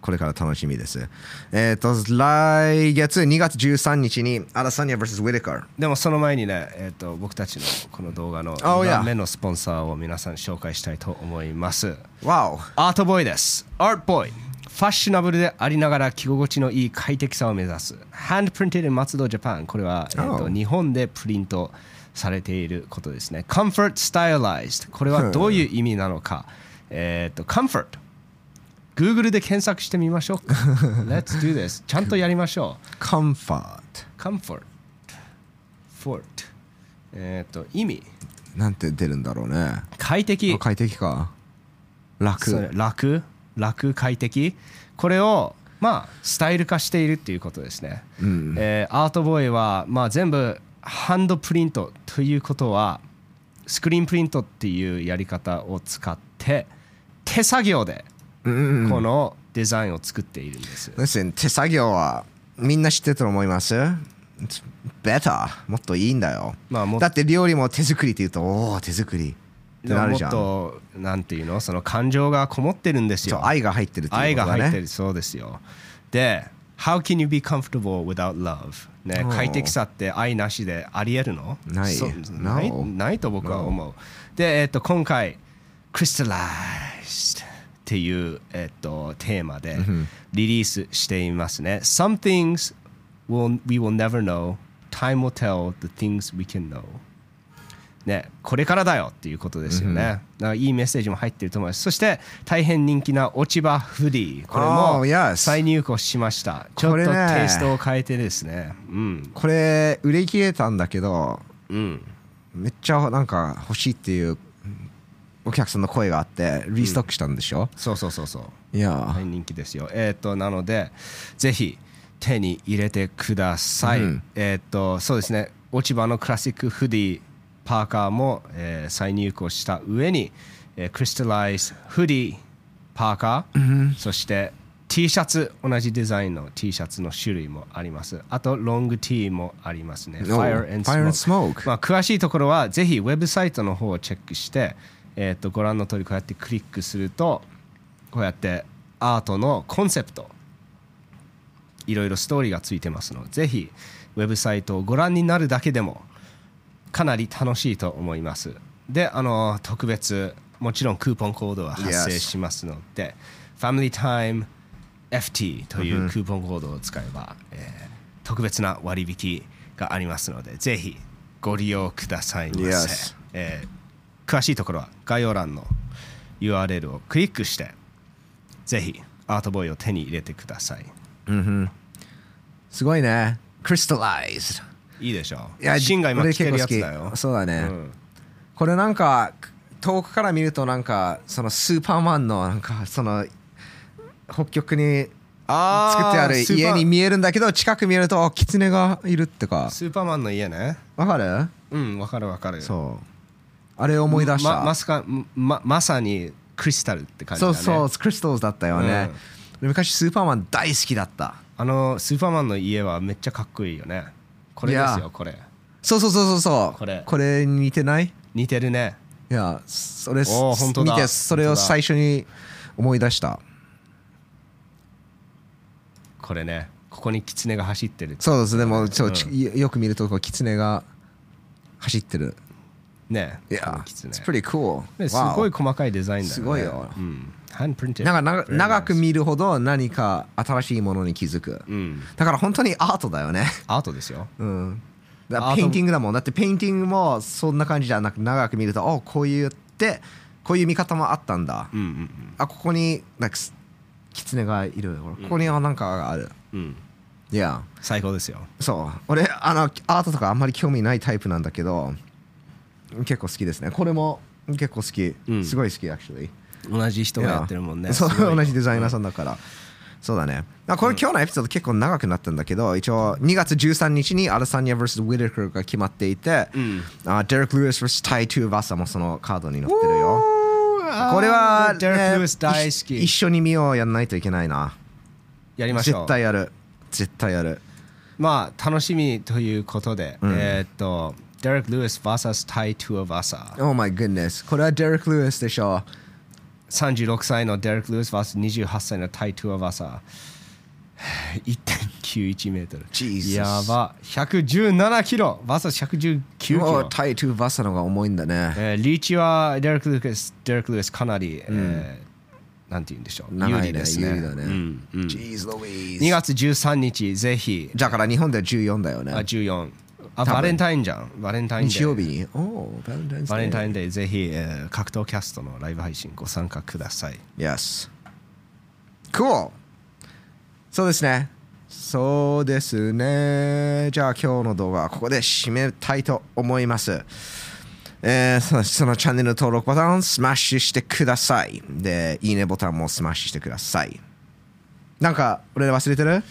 A: これから楽しみですえっ、と来月2月13日にアラサニア vs ウィレカー
B: でもその前にね、えーと、僕たちのこの動画の
A: Oh,
B: 2
A: yeah.
B: 番目のスポンサーを皆さんに紹介したいと思います。
A: Wow
B: アートボーイです。アートボーイ。ファッショナブルでありながら着心地のいい快適さを目指す。Hand Printed in 松戸 Japan。これは、えーと
A: Oh.
B: 日本でプリントされていることですね。Comfort Stylized。これはどういう意味なのか。えっと、Comfort。Google で検索してみましょう か。Let's do this。ちゃんとやりましょう。
A: Comfort
B: comfort fort えっ、と意味
A: なんて出るんだろうね
B: 快適
A: あ快適か楽
B: そう楽楽快適これをまあスタイル化しているっていうことですね、えーアートボーイは、まあ、全部ハンドプリントということはスクリーンプリントっていうやり方を使って手作業で
A: うんうん
B: このデザインを作っているんです、
A: Listen 手作業はみんな知ってると思います It's better もっといいんだよ
B: まあもっと
A: だって料理も手作りって言うとおお手作りってなるじゃんそ
B: もっとなんていうのその感情がこもってるんです
A: う
B: よ
A: 愛が入ってるっていう
B: 愛
A: こ
B: が
A: とだね
B: 入ってるそうですよで How can you be comfortable without love? ね
A: お、ー
B: 快適さって愛なしでありえるの
A: ない
B: そ
A: No
B: ないないと僕は思う。で、えっと、今回、Crystallized っていう、えっと、テーマでリリースしていますね。Some things will, we will never know. Time will tell the things we can know. ね、これからだよっていうことですよね。だからいいメッセージも入ってると思います。そして大変人気な落ち葉フリー。これ
A: Oh, yes.
B: も再入庫しました。ちょ
A: こ
B: っ
A: れ
B: と
A: ね
B: テイストを変えてですね。うん。
A: これ売り切れたんだけど
B: うん。
A: めっちゃなんか欲しいっていうお客さんの声があってリストックしたんでしょ、
B: そうそうそうそう。
A: いや
B: 大人気ですよ。えっ、となのでぜひ手に入れてください。
A: うん
B: えっ、とそうですね落ち葉のクラシックフディパーカーも、えー再入庫した上に、えークリスタライズフディパーカー、そして T シャツ同じデザインの T シャツの種類もあります。あとロング T もありますね。
A: お
B: Fire and
A: Fire and
B: Smoke
A: Smoke
B: まあ、詳しいところはぜひウェブサイトの方をチェックして、えー、とご覧の通りこうやってクリックするとこうやってアートのコンセプトいろいろストーリーがついてますのでぜひウェブサイトをご覧になるだけでもかなり楽しいと思いますであの特別もちろんクーポンコードは発生
A: Yes
B: しますので、FamilyTimeFT というクーポンコードを使えば、えー特別な割引がありますのでぜひご利用くださいませ、
A: Yes
B: えー詳しいところは概要欄の URL をクリックしてぜひアートボーイを手に入れてください
A: すごいねクリスタライズ
B: いいでしょ
A: いや
B: シンが今
A: 俺
B: 着てるやつ
A: 結
B: だ
A: 構好
B: よ
A: きそうだね、
B: うん
A: これなんか遠くから見るとなんかそのスーパーマンのなんかその北極に
B: あー
A: 作ってある
B: スーパ
A: 家
B: ー
A: に見えるんだけど近く見るとあキツネがいるってか
B: スーパーマンの家ね
A: わかる
B: うんわかるわかる
A: そうあれ思い出し
B: ま
A: た、
B: まさかままさにクリスタルって感じ
A: そ
B: だ
A: う
B: ね
A: そうクリスタルズだったよね、で昔スーパーマン大好きだった
B: あのスーパーマンの家はめっちゃかっこいいよねこれです
A: い
B: よ
A: や
B: これ
A: そうそうそうそうそう
B: これ
A: これに似てない
B: 似てるね
A: いやそれ
B: おー本当だ
A: 見てそれを
B: 本当だ
A: 最初に思い出した
B: これねここにキツネが走ってる
A: そうですでもそう、
B: うん
A: ちよく見るとこうキツネが走ってる
B: ね
A: い
B: こ
A: や
B: のキツネ
A: it's pretty cool
B: ねす
A: Wow
B: ごい細かいデザインだよね
A: すごいよ
B: うんハンプリンテ
A: なんか長長く見るほど何か新しいものに気づく
B: うん
A: だから本当にアートだよね
B: アートですよ
A: うんだか
B: ア
A: ら
B: ート
A: ペインティングだもんだってペインティングもそんな感じじゃなく長く見るとおこういうってこういう見方もあったんだ
B: うんうん
A: あここになんかすキツネがいるほらここにはなんかがある
B: うんうん
A: いや、
B: 最高ですよ
A: そう俺あのアートとかあんまり興味ないタイプなんだけど結構好きですねこれも結構好き、
B: うん
A: すごい好き actually
B: 同じ人がやってるもん
A: いや
B: ね
A: そう
B: すごいよ
A: 同じデザイナーさんだから、そうだねあこれ今日のエピソード結構長くなったんだけど一応2月13日にアラサニア vs ウィルクルが決まっていて、
B: ん
A: あデレック・ルイス vs タイ・トゥ・バッサもそのカードに載ってるよこ
B: こ
A: れは、
B: デレック・ルイス大好
A: 一一
B: き
A: 緒に見ようやんないといけないな
B: やりましょ
A: 絶
B: う
A: 対やる絶対やる
B: まあ楽しみということで、えーっとデレック・ルイス VS タイ・トゥア・バサ
A: Oh my goodness これはデレック・ルイスでしょ
B: 36歳のデレック・ルイス VS28 歳のタイ・トゥア・バサ1.91メートル
A: Jesus
B: やば117キロ VS119 キ
A: もう
B: ロ、
A: タイトゥ・バッサの方が重いんだね。
B: えーリーチはデレック・ルイスデレック・ルイスかなり、えーなんて言うんでしょう有
A: 長いね
B: 利ですね
A: 有利だね
B: うんうん
A: Jeez Louise
B: 2月13日ぜひ
A: だから日本では14だよ
B: あ
A: ね。
B: 14あ
A: 多分
B: バレンタインじゃんバレンタインデー
A: 日曜日に。おー、バレンタイン
B: バレンタイ
A: ン。
B: ンデーぜひ、えー格闘キャストのライブ配信ご参加ください
A: Yes。Cool! そうですね。そうですね。じゃあ今日の動画はここで締めたいと思います。えーそのそのチャンネル登録ボタンをスマッシュしてください。で、いいねボタンもスマッシュしてください。なんか、俺ら忘れてる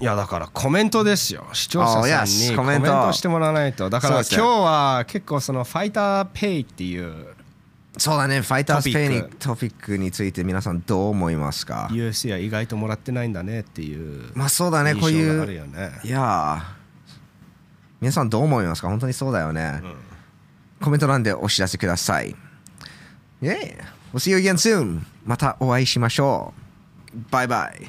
B: いやだからコメントですよ視聴者
A: Oh,
B: さん
A: yes.
B: にコ
A: コメ
B: メ
A: ン
B: ン
A: ト
B: トしてもらわないとだから
A: そうで
B: 今
A: す
B: 日
A: ね
B: は結構そのファイターペイっていう
A: そうだね、ファイターズペイに
B: トピック
A: トピックについて皆さんどう思いますか
B: UFC は意外ともらってないんだねっていう
A: まあそうだね、
B: 印
A: こう
B: 象
A: い
B: があ
A: う
B: る。よね
A: いやー皆さんどう思いますか本当にそうだよね。コメント欄でお知らせください。Yeah! We'll see you again soon! またお会いしましょうバイバイ